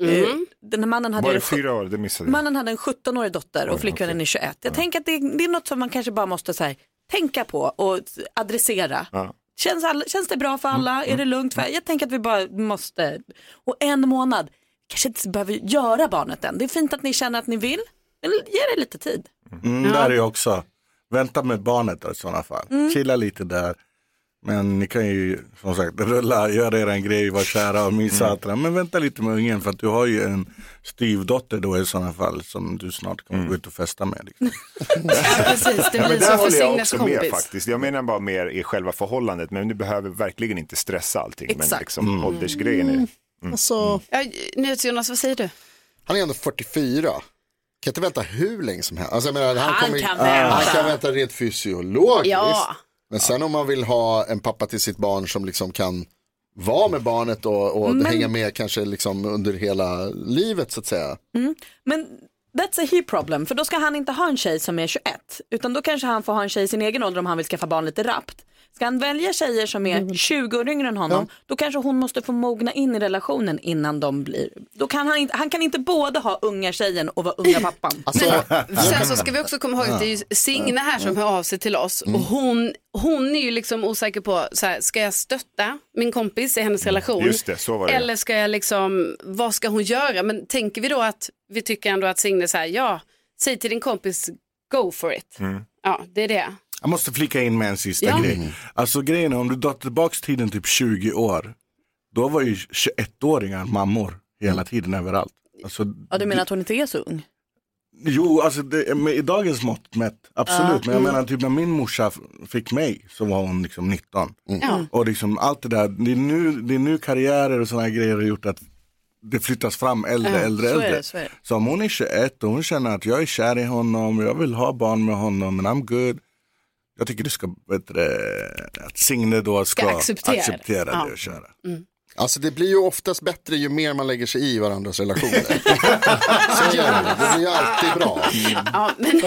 Mm.
Eh, Den här mannen hade,
Var
en
det
sju-
fyra år? Det missade jag.
mannen hade en 17-årig dotter och
Oj,
flickvännen är 21. Jag tänker att det, det är något som man kanske bara måste så här, tänka på och adressera.
Ja.
Känns, all, känns det bra för alla? Är det lugnt? För, jag tänker att vi bara måste. Och en månad, kanske inte behöver göra barnet än. Det är fint att ni känner att ni vill. Men ge det lite tid.
Mm, Där är jag också. Vänta med barnet då, i sådana fall.
Mm.
Chilla lite där. Men ni kan ju som sagt rulla, göra er en grej, vara kära och mysa. och allt det där. Men vänta lite med ungen för att du har ju en styvdotter då i sådana fall som du snart kommer gå ut och festa med. Liksom.
precis, det
Ja,
blir
men
så för
där håller jag
Signes
också med
kompis.
faktiskt. Jag menar bara mer i själva förhållandet, men du behöver verkligen inte stressa allting. Men
Exakt.
liksom åldersgrejen är...
Alltså... Ja, Jonas, vad säger du?
Han är ändå 44. Kan inte vänta hur länge som helst. Alltså, jag menar, han,
Han
kommer,
kan vänta.
han kan vänta rent fysiologiskt.
Ja.
Men sen om man vill ha en pappa till sitt barn som liksom kan vara med barnet och, och
Men-
hänga med kanske liksom under hela livet så att säga.
Mm. Men that's a he problem, för då ska han inte ha en tjej som är 21, utan då kanske han får ha en tjej i sin egen ålder om han vill skaffa barn lite rappt. Ska han välja tjejer som är 20 år yngre än honom, då kanske hon måste få mogna in i relationen innan de blir... Då kan han, inte, han kan inte både ha unga tjejen och vara unga pappan.
Sen så ska vi också komma ihåg att det är ju Signe här som hör av sig till oss
Mm.
och hon, hon är ju liksom osäker på, så här, ska jag stötta min kompis i hennes relation?
Mm. Just det, så var det.
Eller ska jag liksom, vad ska hon göra? Men tänker vi då att vi tycker ändå att Signe så här, ja, säg till din kompis, go for it.
Mm.
Ja, det är det.
Jag måste flika in med en sista
Ja.
grej. Alltså grejen är om du drar tillbaka tiden typ 20 år. Då var ju 21-åringar mammor hela tiden överallt. Alltså,
Ja, du menar att hon inte är så ung?
Jo, alltså det, med, i dagens mått mätt, absolut.
Ja.
Men jag
Mm.
menar typ när min morsa f- fick mig så var hon liksom 19.
Mm.
Ja.
Och liksom allt det där, det är nu, det är nu karriärer och sådana grejer har gjort att det flyttas fram äldre,
Ja,
äldre,
så är
äldre.
det, så är det.
så om hon är 21 och hon känner att jag är kär i honom, jag vill ha barn med honom, men I'm good. Jag tycker du ska, vet du, det, att Signe då ska,
Ska acceptera det.
acceptera
Ja.
det och köra.
Mm.
Alltså det blir ju oftast bättre ju mer man lägger sig i varandras relationer. så gör det, det blir ju alltid bra.
Ja, men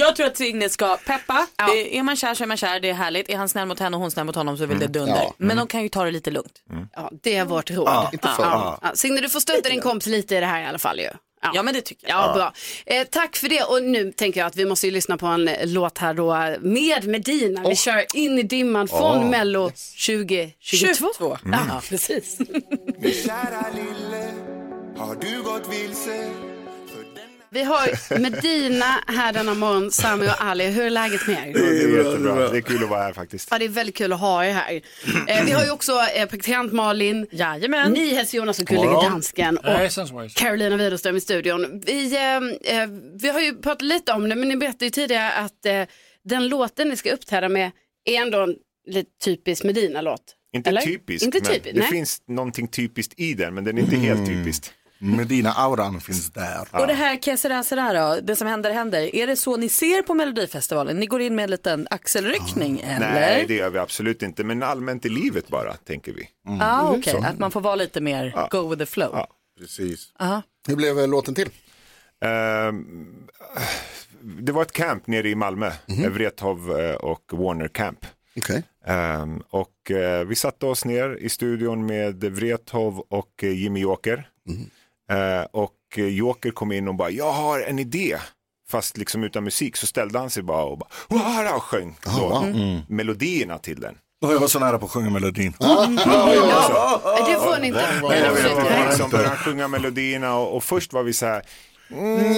jag tror att Signe ska peppa. Det- Är man kär så är man kär, det är härligt. Är han snäll mot henne och hon snäll mot honom så är väl det dunder.
Ja.
Men de kan ju ta det lite lugnt.
Ja, det är vårt råd.
Ja, inte för-
ja. Ja. Signe, du får stötta din kompis lite i det här i alla fall ju. Ja,
men det tycker
Ja,
Ja.
bra. Eh, tack för det och nu tänker jag att vi måste ju lyssna på en eh, låt här då eh, med Medina. Vi kör in i dimman från
Åh.
Mello 2022.
22.
Mm.
Ja, precis.
Min kära lille, har du gått vilse?
Vi har Medina här denna morgon, Sami och Ali. Hur är läget med
Det
er?
är jättebra, det är kul att vara här faktiskt.
Ja, det är väldigt kul att ha er här. Eh, vi har ju också eh, praktikant Malin,
Jajamän.
Nyhets-Jonas och Gullige
Godmorgon.
Dansken
Hejsan
och
svejsan.
Carolina Widerström i studion. Vi, eh, eh, vi har ju pratat lite om det, men ni berättade ju tidigare att eh, den låten ni ska uppträda med är ändå en lite typisk Medina-låt.
Inte
eller?
typiskt,
Inte
men
typiskt,
det
nej.
finns någonting typiskt i den, men den är inte helt typiskt.
Medina-auran finns där.
Och det här Kesera Sera då, det som händer händer. Är det så ni ser på Melodifestivalen? Ni går in med en liten axelryckning eller?
Ah. Nej, det gör vi absolut inte, men allmänt i livet bara, tänker vi.
ah, okej.
Mm. Så.
Att man får vara lite mer go with the flow. Ja.
Precis.
Ah.
Hur blev eh, låten till? Ehm, det var ett camp nere i Malmö, mm Vrethov eh, och Warner Camp. Ehm, och eh, vi satte oss ner i studion med Vrethov och eh, Jimmy Joker.
Mhm.
Eh, och eh, Joker kom in och bara, jag har en idé. Fast liksom utan musik så ställde han sig bara och bara, "Wara!" och sjöng då,
wow. Mm.
melodierna till den.
Och jag var så nära på att sjunga melodin.
Det får ni inte.
Ah. Nej, jag vet,
Det får
jag
ni
liksom
inte.
började sjunga melodierna och, och först var vi så här,
Mm.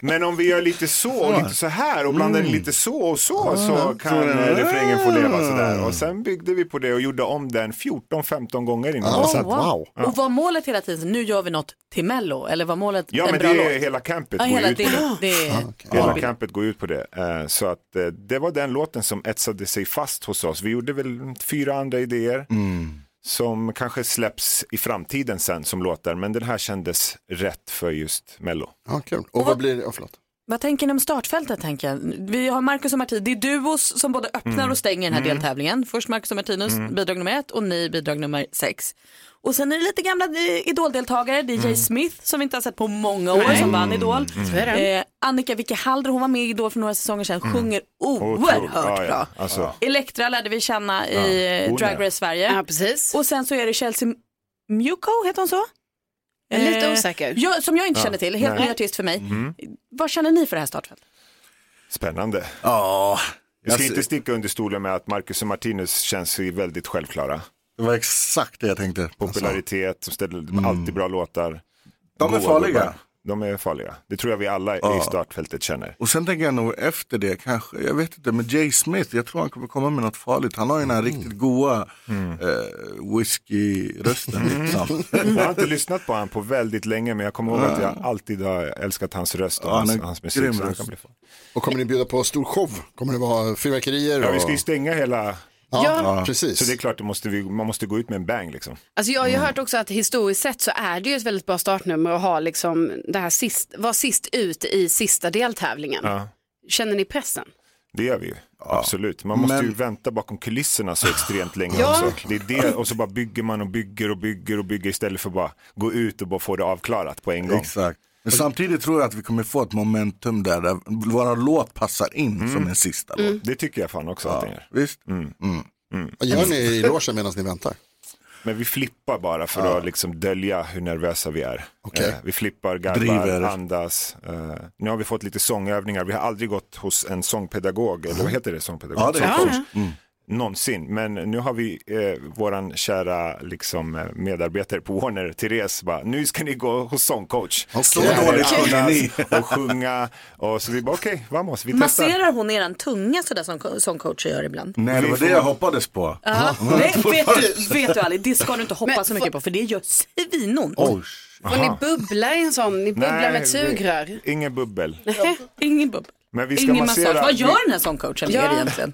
men om vi gör lite så och lite så här och blandar in lite så och så Ah. Mm. så Ah. kan eh, refrängen få leva sådär. Och sen byggde vi på det och gjorde om den 14-15 gånger innan den satt. Ja.
Oh, Och var målet hela tiden, så nu gör vi något till Mello? Eller var målet
Ja,
en
men det
bra
är
låt?
hela campet
Ja,
går
hela
ut på
det-
det.
det är-
Hela campet går ut på det. Eh, Så att eh, det var den låten som etsade sig fast hos oss. Vi gjorde väl fyra andra idéer
Mm.
som kanske släpps i framtiden sen som låtar. Men den här kändes rätt för just Mello.
Ja, kul. Och vad blir det? Oh, förlåt.
Vad tänker ni om startfältet? Tänker jag? Vi har Marcus och Martin, det är duos som både öppnar
Mm.
och stänger den här
Mm.
deltävlingen. Först Marcus och Martinus,
Mm.
bidrag nummer ett och ni bidrag nummer sex. Och sen är det lite gamla eh, idoldeltagare, det är
Mm.
Jay Smith som vi inte har sett på många år
Nej.
som vann Idol.
Mm. Så är det.
Eh, Annika Wicke Hallder, hon var med i Idol för några säsonger sedan,
Mm.
sjunger
Otroligt.
oerhört
Ja, ja.
bra.
Alltså.
Elektra lärde vi känna i
Ja.
eh,
Hon
Drag
är-
Race Sverige.
Ja, precis.
Och sen så är det Chelsea Muko, heter hon så?
Jag är lite
Eh,
osäker.
Jag, som jag inte
Ja.
känner till, helt
Nej.
ny artist för mig.
Mm.
Vad känner ni för det här startfältet?
Spännande.
Ja.
Jag ska
Alltså-
inte sticka under stolen med att Marcus och Martinus känns ju väldigt självklara.
Det var exakt det jag tänkte.
Popularitet, som ställer alltid bra låtar.
Mm. De är
Goa
farliga.
gubbar. De är farliga. Det tror jag vi alla i startfältet känner.
Och sen tänker jag nog efter det kanske, jag vet inte, men Jay Smith, jag tror han kommer komma med något farligt. Han har ju den
Mm.
här riktigt goa eh, whisky-rösten.
Mm.
Liksom.
Mm. Jag har inte lyssnat på honom på väldigt länge men jag kommer ihåg att jag alltid har älskat hans röst och
Ja, han
hans,
är
hans musik.
grym
så han
röst.
kan bli fan.
Och kommer ni bjuda på stor show? Kommer det vara fyrverkerier?
Ja, vi ska ju
och-
stänga hela...
Ja, Ja. precis.
Så det är klart, det måste vi, man måste gå ut med en bang liksom.
Alltså jag har ju hört också att historiskt sett så är det ju ett väldigt bra startnummer att ha liksom det här sist, vara sist ut i sista deltävlingen.
Ja.
Känner ni pressen?
Det gör vi ju, absolut. Man måste
men-
ju vänta bakom kulisserna så extremt länge
Ja.
också. Det är det, och så bara bygger man och bygger och bygger och bygger istället för att bara gå ut och bara få det avklarat på en gång.
Exakt. Men samtidigt tror jag att vi kommer få ett momentum där, där vår låt passar in som en sista
Mm.
låt.
Mm. Det tycker jag fan också Mm. att den gör.
Visst? Mm.
Vad gör ni i logen medan ni väntar?
Men vi flippar bara för att liksom dölja hur nervösa vi är.
Okej.
Eh, Vi flippar, garvar,
Driver.
andas. Eh, nu har vi fått lite sångövningar. Vi har aldrig gått hos en sångpedagog, eller
Mm.
vad heter det? Sångpedagog?
Ja, det är Mm.
Sångkurs.
klart.
Någonsin, men nu har vi eh, våran kära liksom, eh, medarbetare på Warner, Therese, bara, nu ska ni gå hos sångcoach.
Så
Lära er
dåligt sjunger
andas
ni.
Och sjunga, och så vi bara okej, vamos, vi testar.
Masserar hon eran tunga sådär som, som coacher gör ibland?
Nej, det var det jag hoppades på.
Ja.
Men-
Nej, vet du, vet du Ali, det ska du inte hoppa så mycket på för det gör svinont.
Oj.
Och ni bubblar i en sån, ni bubblar
Nej,
med ett sugrör.
vi- Ingen bubbel.
Nej,
ingen bubbel.
Men vi ska
Ingen
massera.
massage. Vad
vi-
gör den här sångcoachen med
Ja.
er egentligen?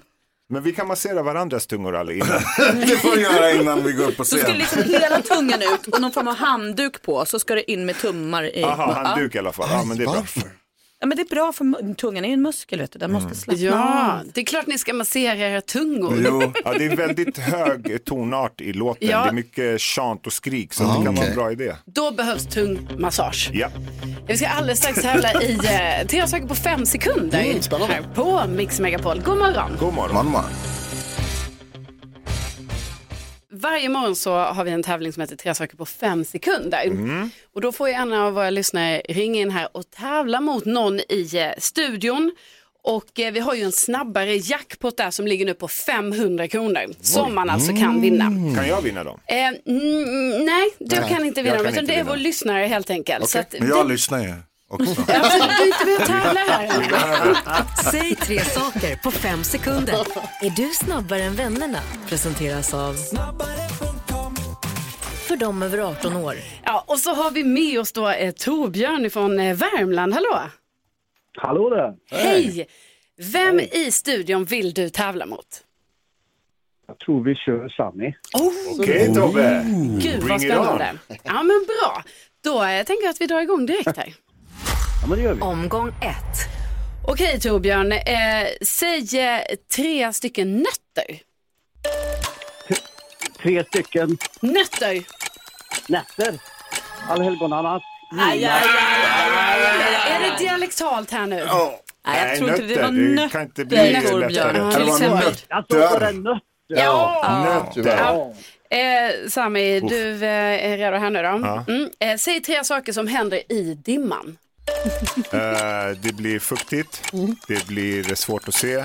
Men vi kan massera varandras tungor alla innan.
det får vi göra innan vi går upp på
Så ska liksom hela tungan ut och någon form av handduk på så ska det in med tummar i.
Aha, handduk i alla fall. Ja, men det är bra.
Ja men det är bra för mu- tungan är ju en muskel vet du, den
Mm.
måste slappna
Ja,
av.
det är klart ni ska massera era tungor.
Ja, det är väldigt hög tonart i låten.
Ja.
Det är mycket chant och skrik så det kan vara en bra idé.
Då behövs tung massage.
Ja.
Vi ska alldeles strax tävla i eh, tre saker på fem sekunder
Mm,
spännande. här på Mix Megapol. God morgon!
God
morgon.
Varje morgon så har vi en tävling som heter tre saker på fem sekunder.
Mm.
Mm.
Och då får ju en av våra lyssnare ringa in här och tävla mot någon i eh, studion. Och eh, vi har ju en snabbare jackpot där som ligger nu på 500 kronor som man alltså kan vinna.
Kan jag vinna dem?
Eh, mm, nej, du
Mm. Nej,
kan inte vinna
jag
dem
kan
utan
inte
det är
vinna.
vår lyssnare helt enkelt. Så att,
Men jag lyssnar ju också.
Ja, men du inte behöver tävla här.
Säg tre saker på fem sekunder. Är du snabbare än vännerna? Presenteras av för dem över 18 år.
Ja, och så har vi med oss då eh, Torbjörn från eh, Värmland. Hallå!
Hallå där!
Hej! Vem i studion vill du tävla mot?
Jag tror vi kör Sunny.
Oh,
Okej Tobbe,
Gud vad spännande. Ja men bra. Då eh, tänker jag att vi drar igång direkt här.
Omgång ett.
Okej Torbjörn, eh, säg eh, tre stycken nötter.
Tre stycken
Nötter!
nätter. Allhelgonanas.
Aj, aj, aj, aj, aj, aj, aj. Är det dialektalt här nu?
Nej, jag
Nej,
tror inte det var
nötter. Det
nötter,
kan inte bli
Torbjörn.
lättare.
Ja, Kan det vara nötter?
Alltså var det nötter?
Ja.
Nötter.
Ja. Eh, Sami,
Uff.
du eh, är redo här nu då.
Ja.
Mm. Eh, säg tre saker som händer i dimman.
Eh, det blir fuktigt, det blir svårt att se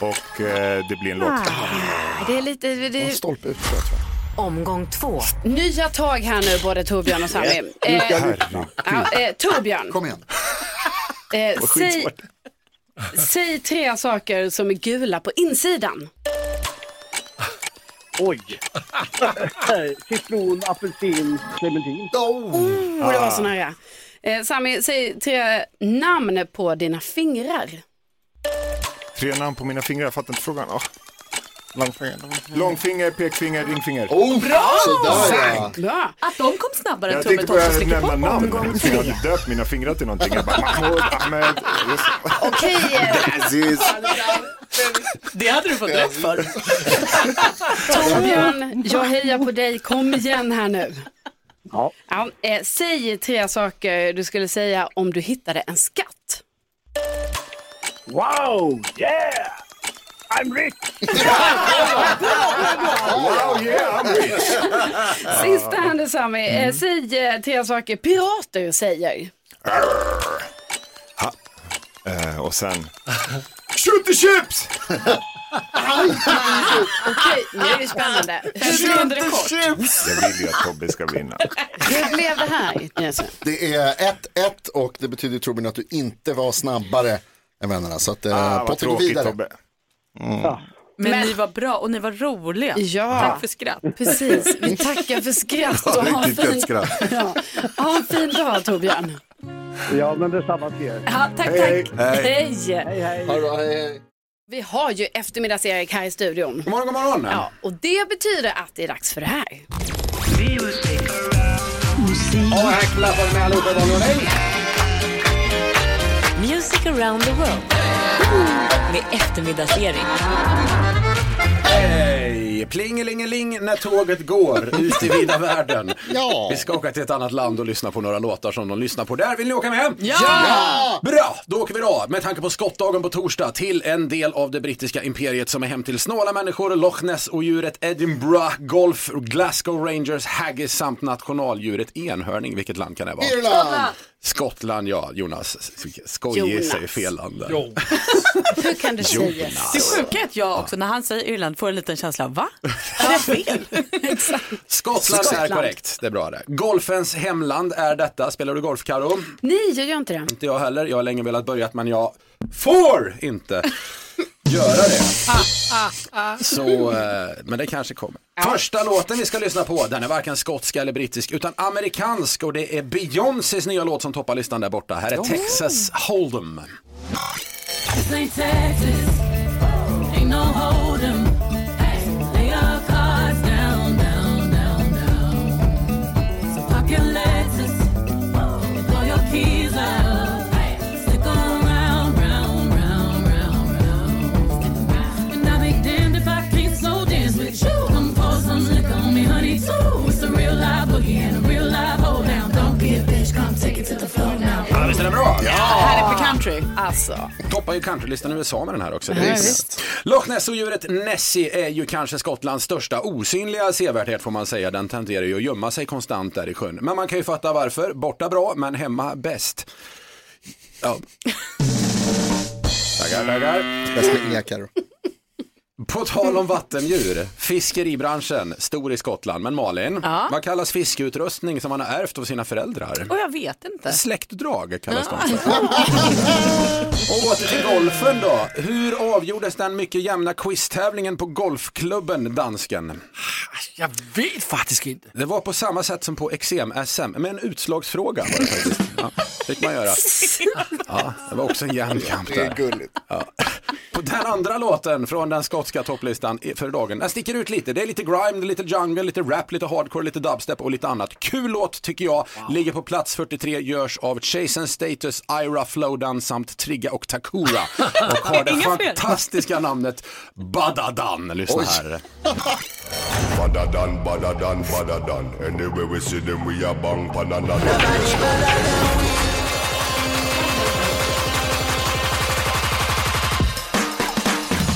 och eh, det blir en låt.
Ah, Det är lite... Det...
Stolpe ut.
Omgång två.
Nya tag här nu både Torbjörn och Sami. Eh, ja, eh, Torbjörn. Kom
igen.
Eh,
Vad
säg,
skitsvårt.
säg tre saker som är gula på insidan.
Oj! Citron, apelsin, clementin.
Oh,
Ah.
det var
Ah.
så nära. Eh, Sami, säg tre namn på dina fingrar.
Tre namn på mina fingrar, jag fattar inte frågan. Ah. Långfinger. Långfinger, pekfinger, ringfinger.
Oh,
Bra! sådär,
ja.
Bra!
Att de kom snabbare än
Jag
tummen
tänkte
och
börja
slickade
nämna
på.
namn,
Omgång
för jag
tre.
hade döpt mina fingrar till någonting. Jag bara, Mahmoud, Ahmed,
Okej.
Aziz.
Det hade du fått rätt för.
Torbjörn, jag hejar på dig. Kom igen här nu.
Ja.
Ja, eh, säg tre saker du skulle säga om du hittade en skatt.
Wow! Yeah! I'm rich!
Wow, yeah, I'm rich!
Sista här nu Sami. Eh, säg eh, tre saker pirater säger.
Ha. Eh, och sen... Shoot the chips!
Okej, nu är det spännande. Hur blev det kort?
Jag vill ju att Tobbe ska vinna.
Hur blev det här?
Det är 1-1 och det betyder Torbjörn att du inte var snabbare än vännerna. Så att
Ah,
eh,
vad
potten går
tråkigt,
vidare.
Tobbe.
Men, ni var bra och ni var roliga.
Ja.
Tack för skratt.
Precis, vi tackar för skratt och ha en
Riktigt
fin,
gött skratt.
ja. ha en fin dag Torbjörn.
Ja, men detsamma till er.
Ja, tack,
Hej,
tack.
hej.
hej.
Ha det bra, hej, hej.
Vi har ju eftermiddags-Erik här i studion. God
morgon, god morgon.
Ja, och det betyder att det är dags för det här.
Och här klappar vi med allihopa i vanlig ordning.
Music around the world.
med eftermiddagsserie.
Hej! Plingelingeling när tåget går ut i vida världen.
Ja.
Vi ska åka till ett annat land och lyssna på några låtar som de lyssnar på där. Vill ni åka med hem?
Ja!
Bra, då åker vi då med tanke på skottdagen på torsdag till en del av det brittiska imperiet som är hem till snåla människor, Loch Ness och djuret Edinburgh, golf, Glasgow Rangers, haggis samt nationaldjuret enhörning. Vilket land kan det vara?
Irland!
Skottland, ja. Jonas, skoj
Jonas.
säger fel land. där.
Hur kan det
Jonas.
sägas? Det sjuka är att jag också när han säger Irland får en liten känsla av va? Har jag fel?
Skottland,
Skottland.
är korrekt, det är bra det. Golfens hemland är detta. Spelar du golf Karo?
Nej, jag gör inte det.
Inte jag heller, jag har länge velat börja men jag får inte göra det.
Ah, ah, ah.
Så, eh, men det kanske kommer. Första låten vi ska lyssna på, den är varken skotsk eller brittisk utan amerikansk och det är Beyoncés nya låt som toppar listan där borta. Här är
Oh.
Texas Hold'em.
This ain't Texas. Ain't no hold'em. Hey, lay your cards down, down, down, down. So pop your Lexus and throw your keys out. Hey, stick 'em round, round, round, round, round. And I'll be damned if I can't slow dance with you. Come pour some liquor on me, honey, too. It's a real live boogie and a real live hold down. Don't be a bitch, come take it to the floor now.
Ja, visst är den bra?
Ja.
Härligt för country.
Alltså.
Toppar ju countryslistan i USA med den här också.
Ja,
Det är
visst.
Loch Ness och djuret Nessie är ju kanske Skottlands största osynliga sevärdhet får man säga. Den tenderar ju att gömma sig konstant där i sjön. Men man kan ju fatta varför. Borta bra, men hemma bäst. Ja. Tackar, tackar.
Bäst med ekar.
På tal om vattendjur, fiskeribranschen, stor i Skottland. Men Malin,
Ja.
vad kallas fiskeutrustning som man har ärvt av sina föräldrar?
Och jag vet inte.
Släktdrag kallas de för. Och åter till golfen då. Hur avgjordes den mycket jämna quiztävlingen på golfklubben Dansken?
Jag vet faktiskt inte.
Det var på samma sätt som på exem-SM, med en utslagsfråga var det faktiskt. Ja, fick man göra. Ja, det var också en jämn kamp där.
Det är gulligt.
Ja. På den andra låten från den skotska topplistan i- för dagen, den sticker ut lite. Det är lite grime, det är lite jungle, lite rap, lite hardcore, lite dubstep och lite annat. Kul låt tycker jag. Ligger på plats 43, görs av Chase and Status, Ira Flowdown samt Trigga och Takura. Och har det
Inga fel.
fantastiska namnet Badadan. Lyssna
Oj.
här.
Badadan, badadan, badadan. Anyway we see them we are bang panana.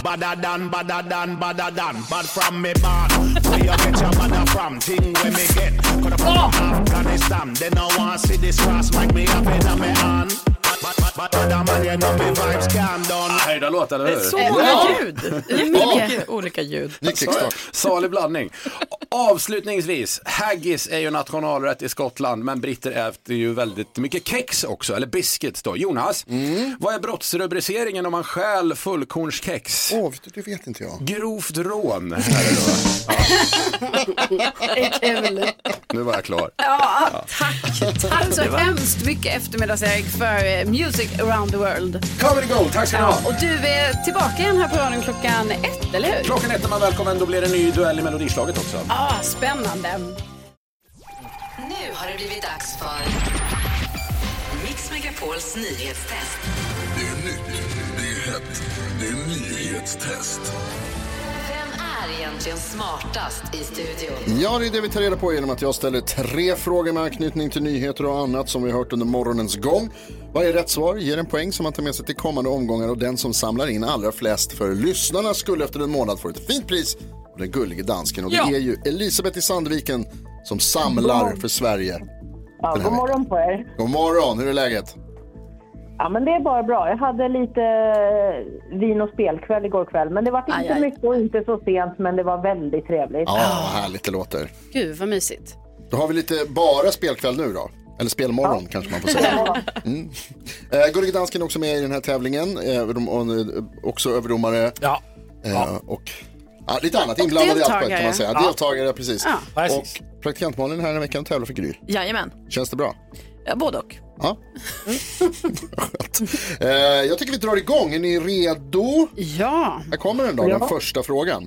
Badadan, badadan, badadan, bad from me bad. Where you get your bada from? Thing where me get. Coulda from Afghanistan. They no want see this cross like me have it on me hand. But, but, but, but, but, man, you know me vibes calm down.
Höjda låt, eller hur?
Det är så många Ja. ljud.
Jättemycket olika ljud.
Salig blandning. Avslutningsvis, haggis är ju nationalrätt i Skottland, men britter äter ju väldigt mycket kex också, eller biscuits då. Jonas, vad är brottsrubriceringen om man stjäl fullkornskex?
Åh, det vet inte jag.
Grovt rån. är det då.
Det är kul.
Nu var jag klar.
Ja,
Ja.
tack. Tack så hemskt mycket eftermiddags-Erik för eh, Music around the world.
Comedy Gold, tack ska ni ha.
Och du är tillbaka igen här på radion klockan ett, eller hur?
Klockan ett är man välkommen, då blir det en ny duell i melodislaget också.
Ja, spännande.
Nu har det blivit dags för Mix Megapols nyhetstest.
Det är nytt, det är hett, det är nyhetstest.
Vem är egentligen smartast i studion?
Ja, det är det vi tar reda på genom att jag ställer tre frågor med anknytning till nyheter och annat som vi har hört under morgonens gång. Varje rätt svar ger en poäng som man tar med sig till kommande omgångar och den som samlar in allra flest för lyssnarnas skull efter en månad får ett fint pris och den gullige dansken. Och det
Ja.
är ju Elisabeth i Sandviken som samlar för Sverige.
Ja,
Den här
god morgon på er.
God morgon, hur är läget?
Ja, men det är bara bra. Jag hade lite eh, vin och spelkväll igår kväll, men det var inte
Aj, aj.
mycket och inte så sent, men det var väldigt trevligt.
Ja, vad härligt det låter.
Gud, vad mysigt.
Då har vi lite bara spelkväll nu då. Eller spelmorgon kanske man får säga. Mm. Eh, Gullige Dansken är också med i den här tävlingen. Eh, de- och, eh, också överdomare.
Ja.
Eh,
Ja.
Och ja, lite annat inblandad i allt på ett, kan
deltagare.
man säga.
Ja.
Deltagare, precis.
Ja, precis.
och praktikant Malin den här veckan tävlar för Gry.
Jajamän,
Känns det bra?
Ja, både och.
Ja. Skönt. eh, jag tycker vi drar igång. Är ni redo?
Ja.
Här kommer den då,
Ja.
den första frågan.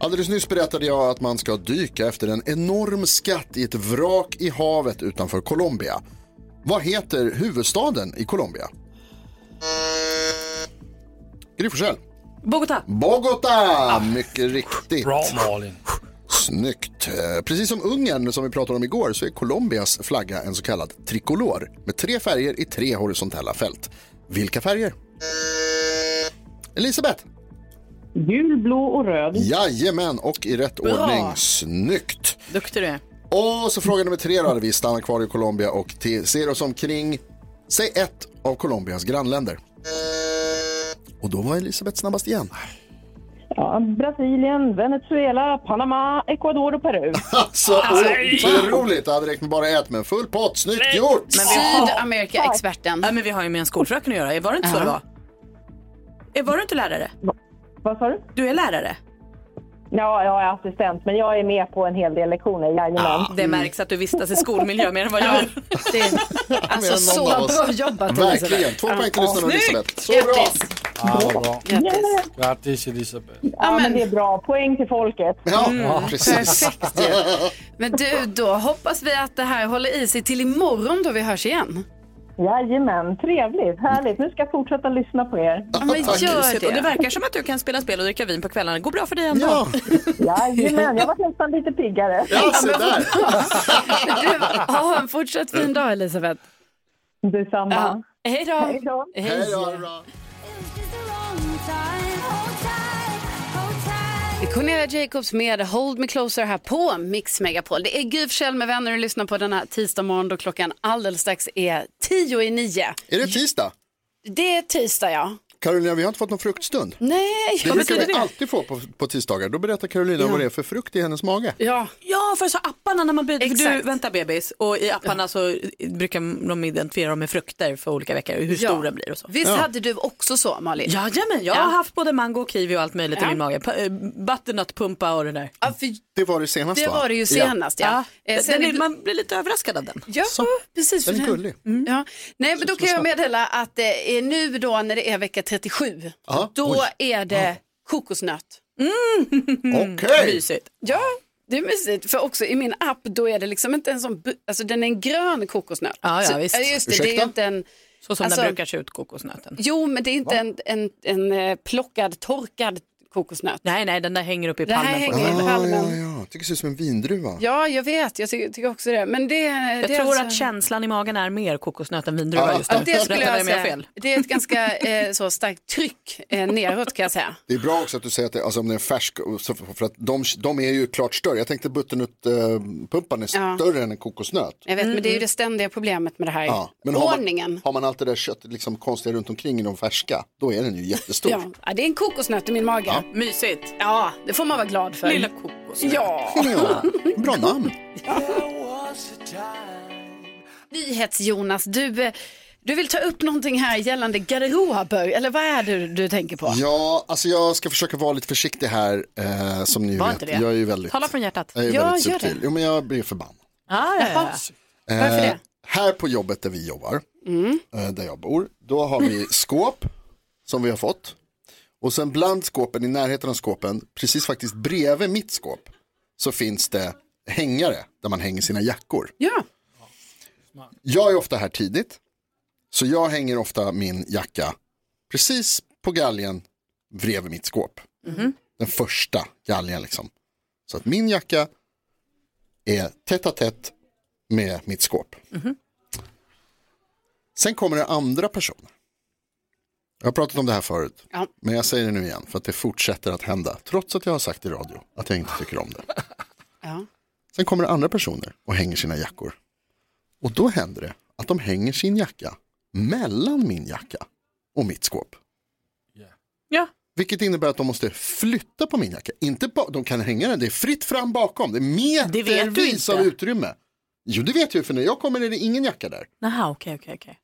Alldeles nyss berättade jag att man ska dyka efter en enorm skatt i ett vrak i havet utanför Colombia. Vad heter huvudstaden i Colombia? Gry Forssell.
Bogotá.
Bogota! Mycket riktigt.
Bra, Malin.
Snyggt. Eh, Precis som Ungern som vi pratade om igår så är Colombias flagga en så kallad trikolor med tre färger i tre horisontella fält. Vilka färger? Elisabeth.
Gul, blå och röd.
Jajamän, och i rätt
Bra.
ordning. Snyggt.
Duktig du är.
Och så fråga nummer tre då, hade vi stannar kvar i Colombia och te- ser oss omkring. Säg ett av Colombias grannländer. Och då var Elisabeth snabbast igen.
Ja, Brasilien, Venezuela, Panama, Ecuador och Peru.
Så otroligt, det hade räckt med bara ett men full pott, snyggt gjort!
Men vi har-
Sydamerika-experten.
Ja, men vi har ju med en skolfröken att göra. Var det inte så det var? Eh, Var du inte lärare?
Vad sa du?
Du är lärare.
Ja, jag är assistent, men jag är med på en hel del lektioner, jajamän.
Ja,
Mm.
det märks att du vistas i skolmiljö mer än vad jag gör.
Mer
Alltså
än någon av oss. Verkligen, två poäng till lyssnarna Elisabeth. Så bra!
Ah, vad bra.
Ja,
Grattis Elisabeth.
ja, men det är bra. Poäng till folket.
Ja,
Mm,
precis.
Perfekt ju. Men du, då hoppas vi att det här håller i sig till imorgon då vi hörs igen.
Jajamän, trevligt, härligt. Nu ska jag fortsätta lyssna på er.
Ja, men
Tack.
gör det.
Och det verkar som att du kan spela spel och dricka vin på kvällarna. Det går bra för dig ändå.
Ja.
Jajamän, jag var nästan lite piggare.
Ja, se där.
Ha en fortsatt fin dag Elisabeth.
Detsamma.
Ja. Hej då.
Hej då.
Hej då, ha det bra.
Det är Cornelia Jacobs med Hold Me Closer här på Mix Megapol. Det är Gry Forssell med vänner och lyssnar på denna tisdag morgon då klockan alldeles strax är tio i nio.
Är det tisdag?
Det är tisdag ja.
Carolina, vi har inte fått någon fruktstund.
Nej,
Det brukar vi alltid få på, på tisdagar. Då berättar Carolina vad det är för frukt i hennes mage.
Ja.
Ja, för så apparna när man byter. För du,
Exakt.
vänta bebis, och i apparna så brukar de identifiera dem med frukter för olika veckor och hur stor den blir och så.
Visst hade du också så Malin?
Jajamän, jag
Ja.
har haft både mango och kiwi och allt möjligt
Ja.
i min mage. Pa- eh, Butternutpumpa och det där.
Ja, för
Det var det senast
det
va?
var det ju senast ja. Eh, sen
den är,
ibland-
man blir lite överraskad av den.
Ja, precis.
Den är
för det-
gullig.
Mm.
Ja. Nej, men då kan jag meddela att det är nu då när det är vecka 37,
Ja,
då
oj.
är det kokosnöt.
Mm.
Okej.
Mysigt.
Ja, det är mysigt. För också i min app, då är det liksom inte en sån, bu- alltså den är en grön kokosnöt.
Ja, ja,
Så-
visst.
eh, Just det, det är
Ursäkta?
ju inte en...
Så som
Alltså-
den brukar se ut, kokosnöten.
Jo, men det är inte en, en, en eh, plockad, torkad kokosnöt.
Nej, nej, den där hänger upp i
Det här
palmen. på-
hänger i
Ja,
palmen.
ja, Ah, ja. Tycker det ser ut som en vindruva.
Ja, jag vet. Jag tycker, tycker också det. Men det,
Jag
det är
tror
alltså-
att känslan i magen är mer kokosnöt än vindruva
Ja.
just nu.
Ja, det skulle
Rätta mig
jag
om har
säga.
fel.
Det är ett ganska eh, så starkt tryck eh, neråt kan jag säga.
Det är bra också att du säger att det, alltså, om den är färsk, och så- för att de, de är ju klart större. Jag tänkte butternut-pumpan är
Ja.
större än en kokosnöt. Mm.
Jag vet, men
Mm,
det är ju det ständiga problemet med det här.
Ja, men har man,
Ordningen.
har man allt det där köttet liksom konstigt runt omkring i de färska, då är den ju jättestor.
Ja, ja, det är en kokosnöt i min mage. Ja.
Mysigt.
det får man vara glad för.
Lilla kokosnöt.
Ja.
Ja, Bra namn.
Nyhets-Jonas, du, eh, du vill ta upp någonting här gällande garderober, eller vad är det du tänker på?
Ja, alltså jag ska försöka vara lite försiktig här, eh, som ni
Var
vet.
inte det.
Jag är ju väldigt,
Tala från hjärtat.
jag är
Ja,
väldigt
gör det.
subtil. Jo, men jag blir förbannad.
Ah, ja, ja.
Varför det?
Eh,
Mm.
Här på jobbet där vi jobbar, eh, där jag bor, då har vi skåp som vi har fått. Och sen bland skåpen, i närheten av skåpen, precis faktiskt bredvid mitt skåp, så finns det hängare där man hänger sina jackor.
Ja.
Jag är ofta här tidigt, så jag hänger ofta min jacka precis på galgen bredvid mitt skåp. Den första galgen liksom. Så att min jacka är tätt tätt med mitt skåp. Sen kommer det andra personer. Jag har pratat om det här förut,
Ja.
men jag säger det nu igen för att det fortsätter att hända, trots att jag har sagt i radio att jag inte tycker om det.
Ja.
Sen kommer det andra personer och hänger sina jackor. Och då händer det att de hänger sin jacka mellan min jacka och mitt skåp.
Ja.
Vilket innebär att de måste flytta på min jacka. Inte ba- de kan hänga den, det är fritt fram bakom. Det är
Det vet du
metervis
inte.
av utrymme. Jo, det vet jag ju, för när jag kommer är det ingen jacka där.
Jaha, okej, okej, okej.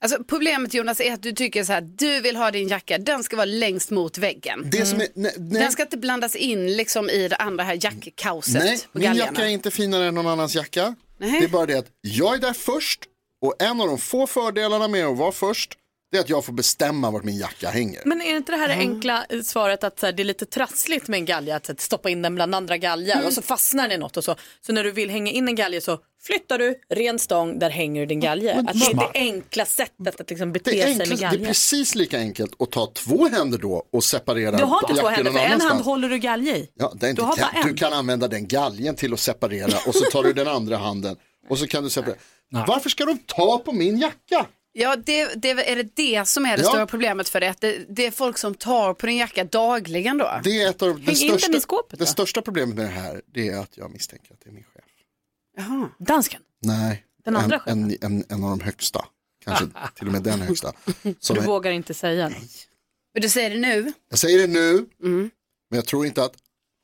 Alltså, problemet Jonas är att du tycker så här, du vill ha din jacka, den ska vara längst mot väggen. Mm.
Det som är, nej, nej,
Den ska inte blandas in liksom i det andra här jackkaoset
nej
på
min
galgarna.
jacka är inte finare än någon annans jacka.
Nej.
Det är bara det att jag är där först och en av de få fördelarna med att vara först det är att jag får bestämma vart min jacka hänger.
Men är inte det här det enkla svaret att så här, det är lite trassligt med en galge att så här, stoppa in den bland andra galgar och så fastnar den i något och så. Så när du vill hänga in en galge så flyttar du ren stång, där hänger din galge.
Men-
att det är
Smart.
det enkla sättet att liksom bete
Det är,
sig med
enklast, det är
galge.
precis lika enkelt att ta två händer då och separera
Du har inte två
jackan
händer för
någon
en hand
annanstans.
håller du galge i.
Ja, det är inte
Du har bara
kan,
en.
du kan använda den galgen till att separera och så tar du den andra handen och så kan du separera. Varför ska de ta på min jacka?
Ja, det, det, är det det som är det
Ja.
stora problemet för dig? Att det, det är folk som tar på din jacka dagligen då?
Det är ett av
Häng
det
in den
största,
i skåpet
det
då.
största problemet med det här det är att jag misstänker att det är min chef.
Jaha. Dansken?
Nej,
Den andra
en, en, en, en av de högsta. Kanske till och med den högsta. Som
Du
är-
vågar inte säga.
Men du säger det nu?
jag säger det nu,
Mm.
men jag tror inte att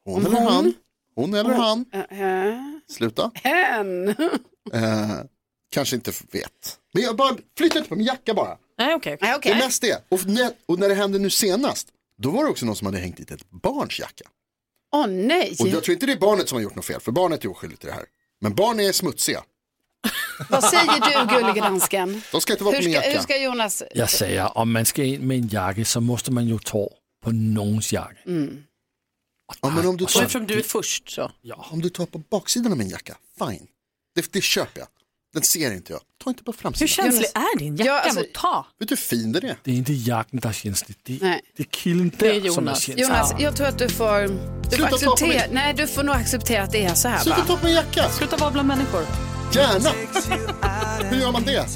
hon
Om
eller
hon-
han, hon eller
Mm.
han,
Uh,
sluta,
hen.
eh, kanske inte vet. Men jag bara flyttar inte på min jacka bara.
Nej, okej.
Nej,
Det är mest det. Och när, och när det hände nu senast, då var det också någon som hade hängt dit ett barns jacka.
Åh nej.
Och jag tror inte det är barnet som har gjort något fel, för barnet är oskyldigt till det här. Men barn är smutsiga.
Vad säger du gullige dansken?
De ska inte vara
Hur
på min
ska, hur
jacka.
ska Jonas?
Jag säger, om man ska in med en jacka så måste man ju ta på någons jacka.
Mm.
Ja, men om du,
Och så-
tar,
eftersom
du är först så.
Ja.
om du tar på baksidan av min jacka, fine. Det, det köper jag. Den ser inte jag. Ta inte på framsidan.
Hur känslig är din jacka
Ja, alltså-
mot ta?
Vet du hur fin den är?
Det är inte jackan som är känslig, det,
Nej.
det är killen
Det är
där som är
Jonas.
känslig.
Jonas, jag tror att du får, du får
Sluta ta på
acceptera.
min-
Nej, du får nog acceptera att det är så här
Sluta
va?
ta på min jacka.
Sluta vara bland människor.
Gärna. Hur gör man det?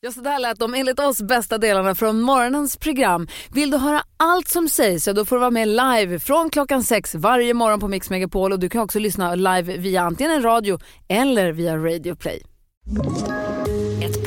Ja, så där lät de enligt oss bästa delarna från morgonens program. Vill du höra allt som sägs så då får du vara med live från klockan sex varje morgon på Mix Megapol och du kan också lyssna live via antingen en radio eller via Radio Play.
Ett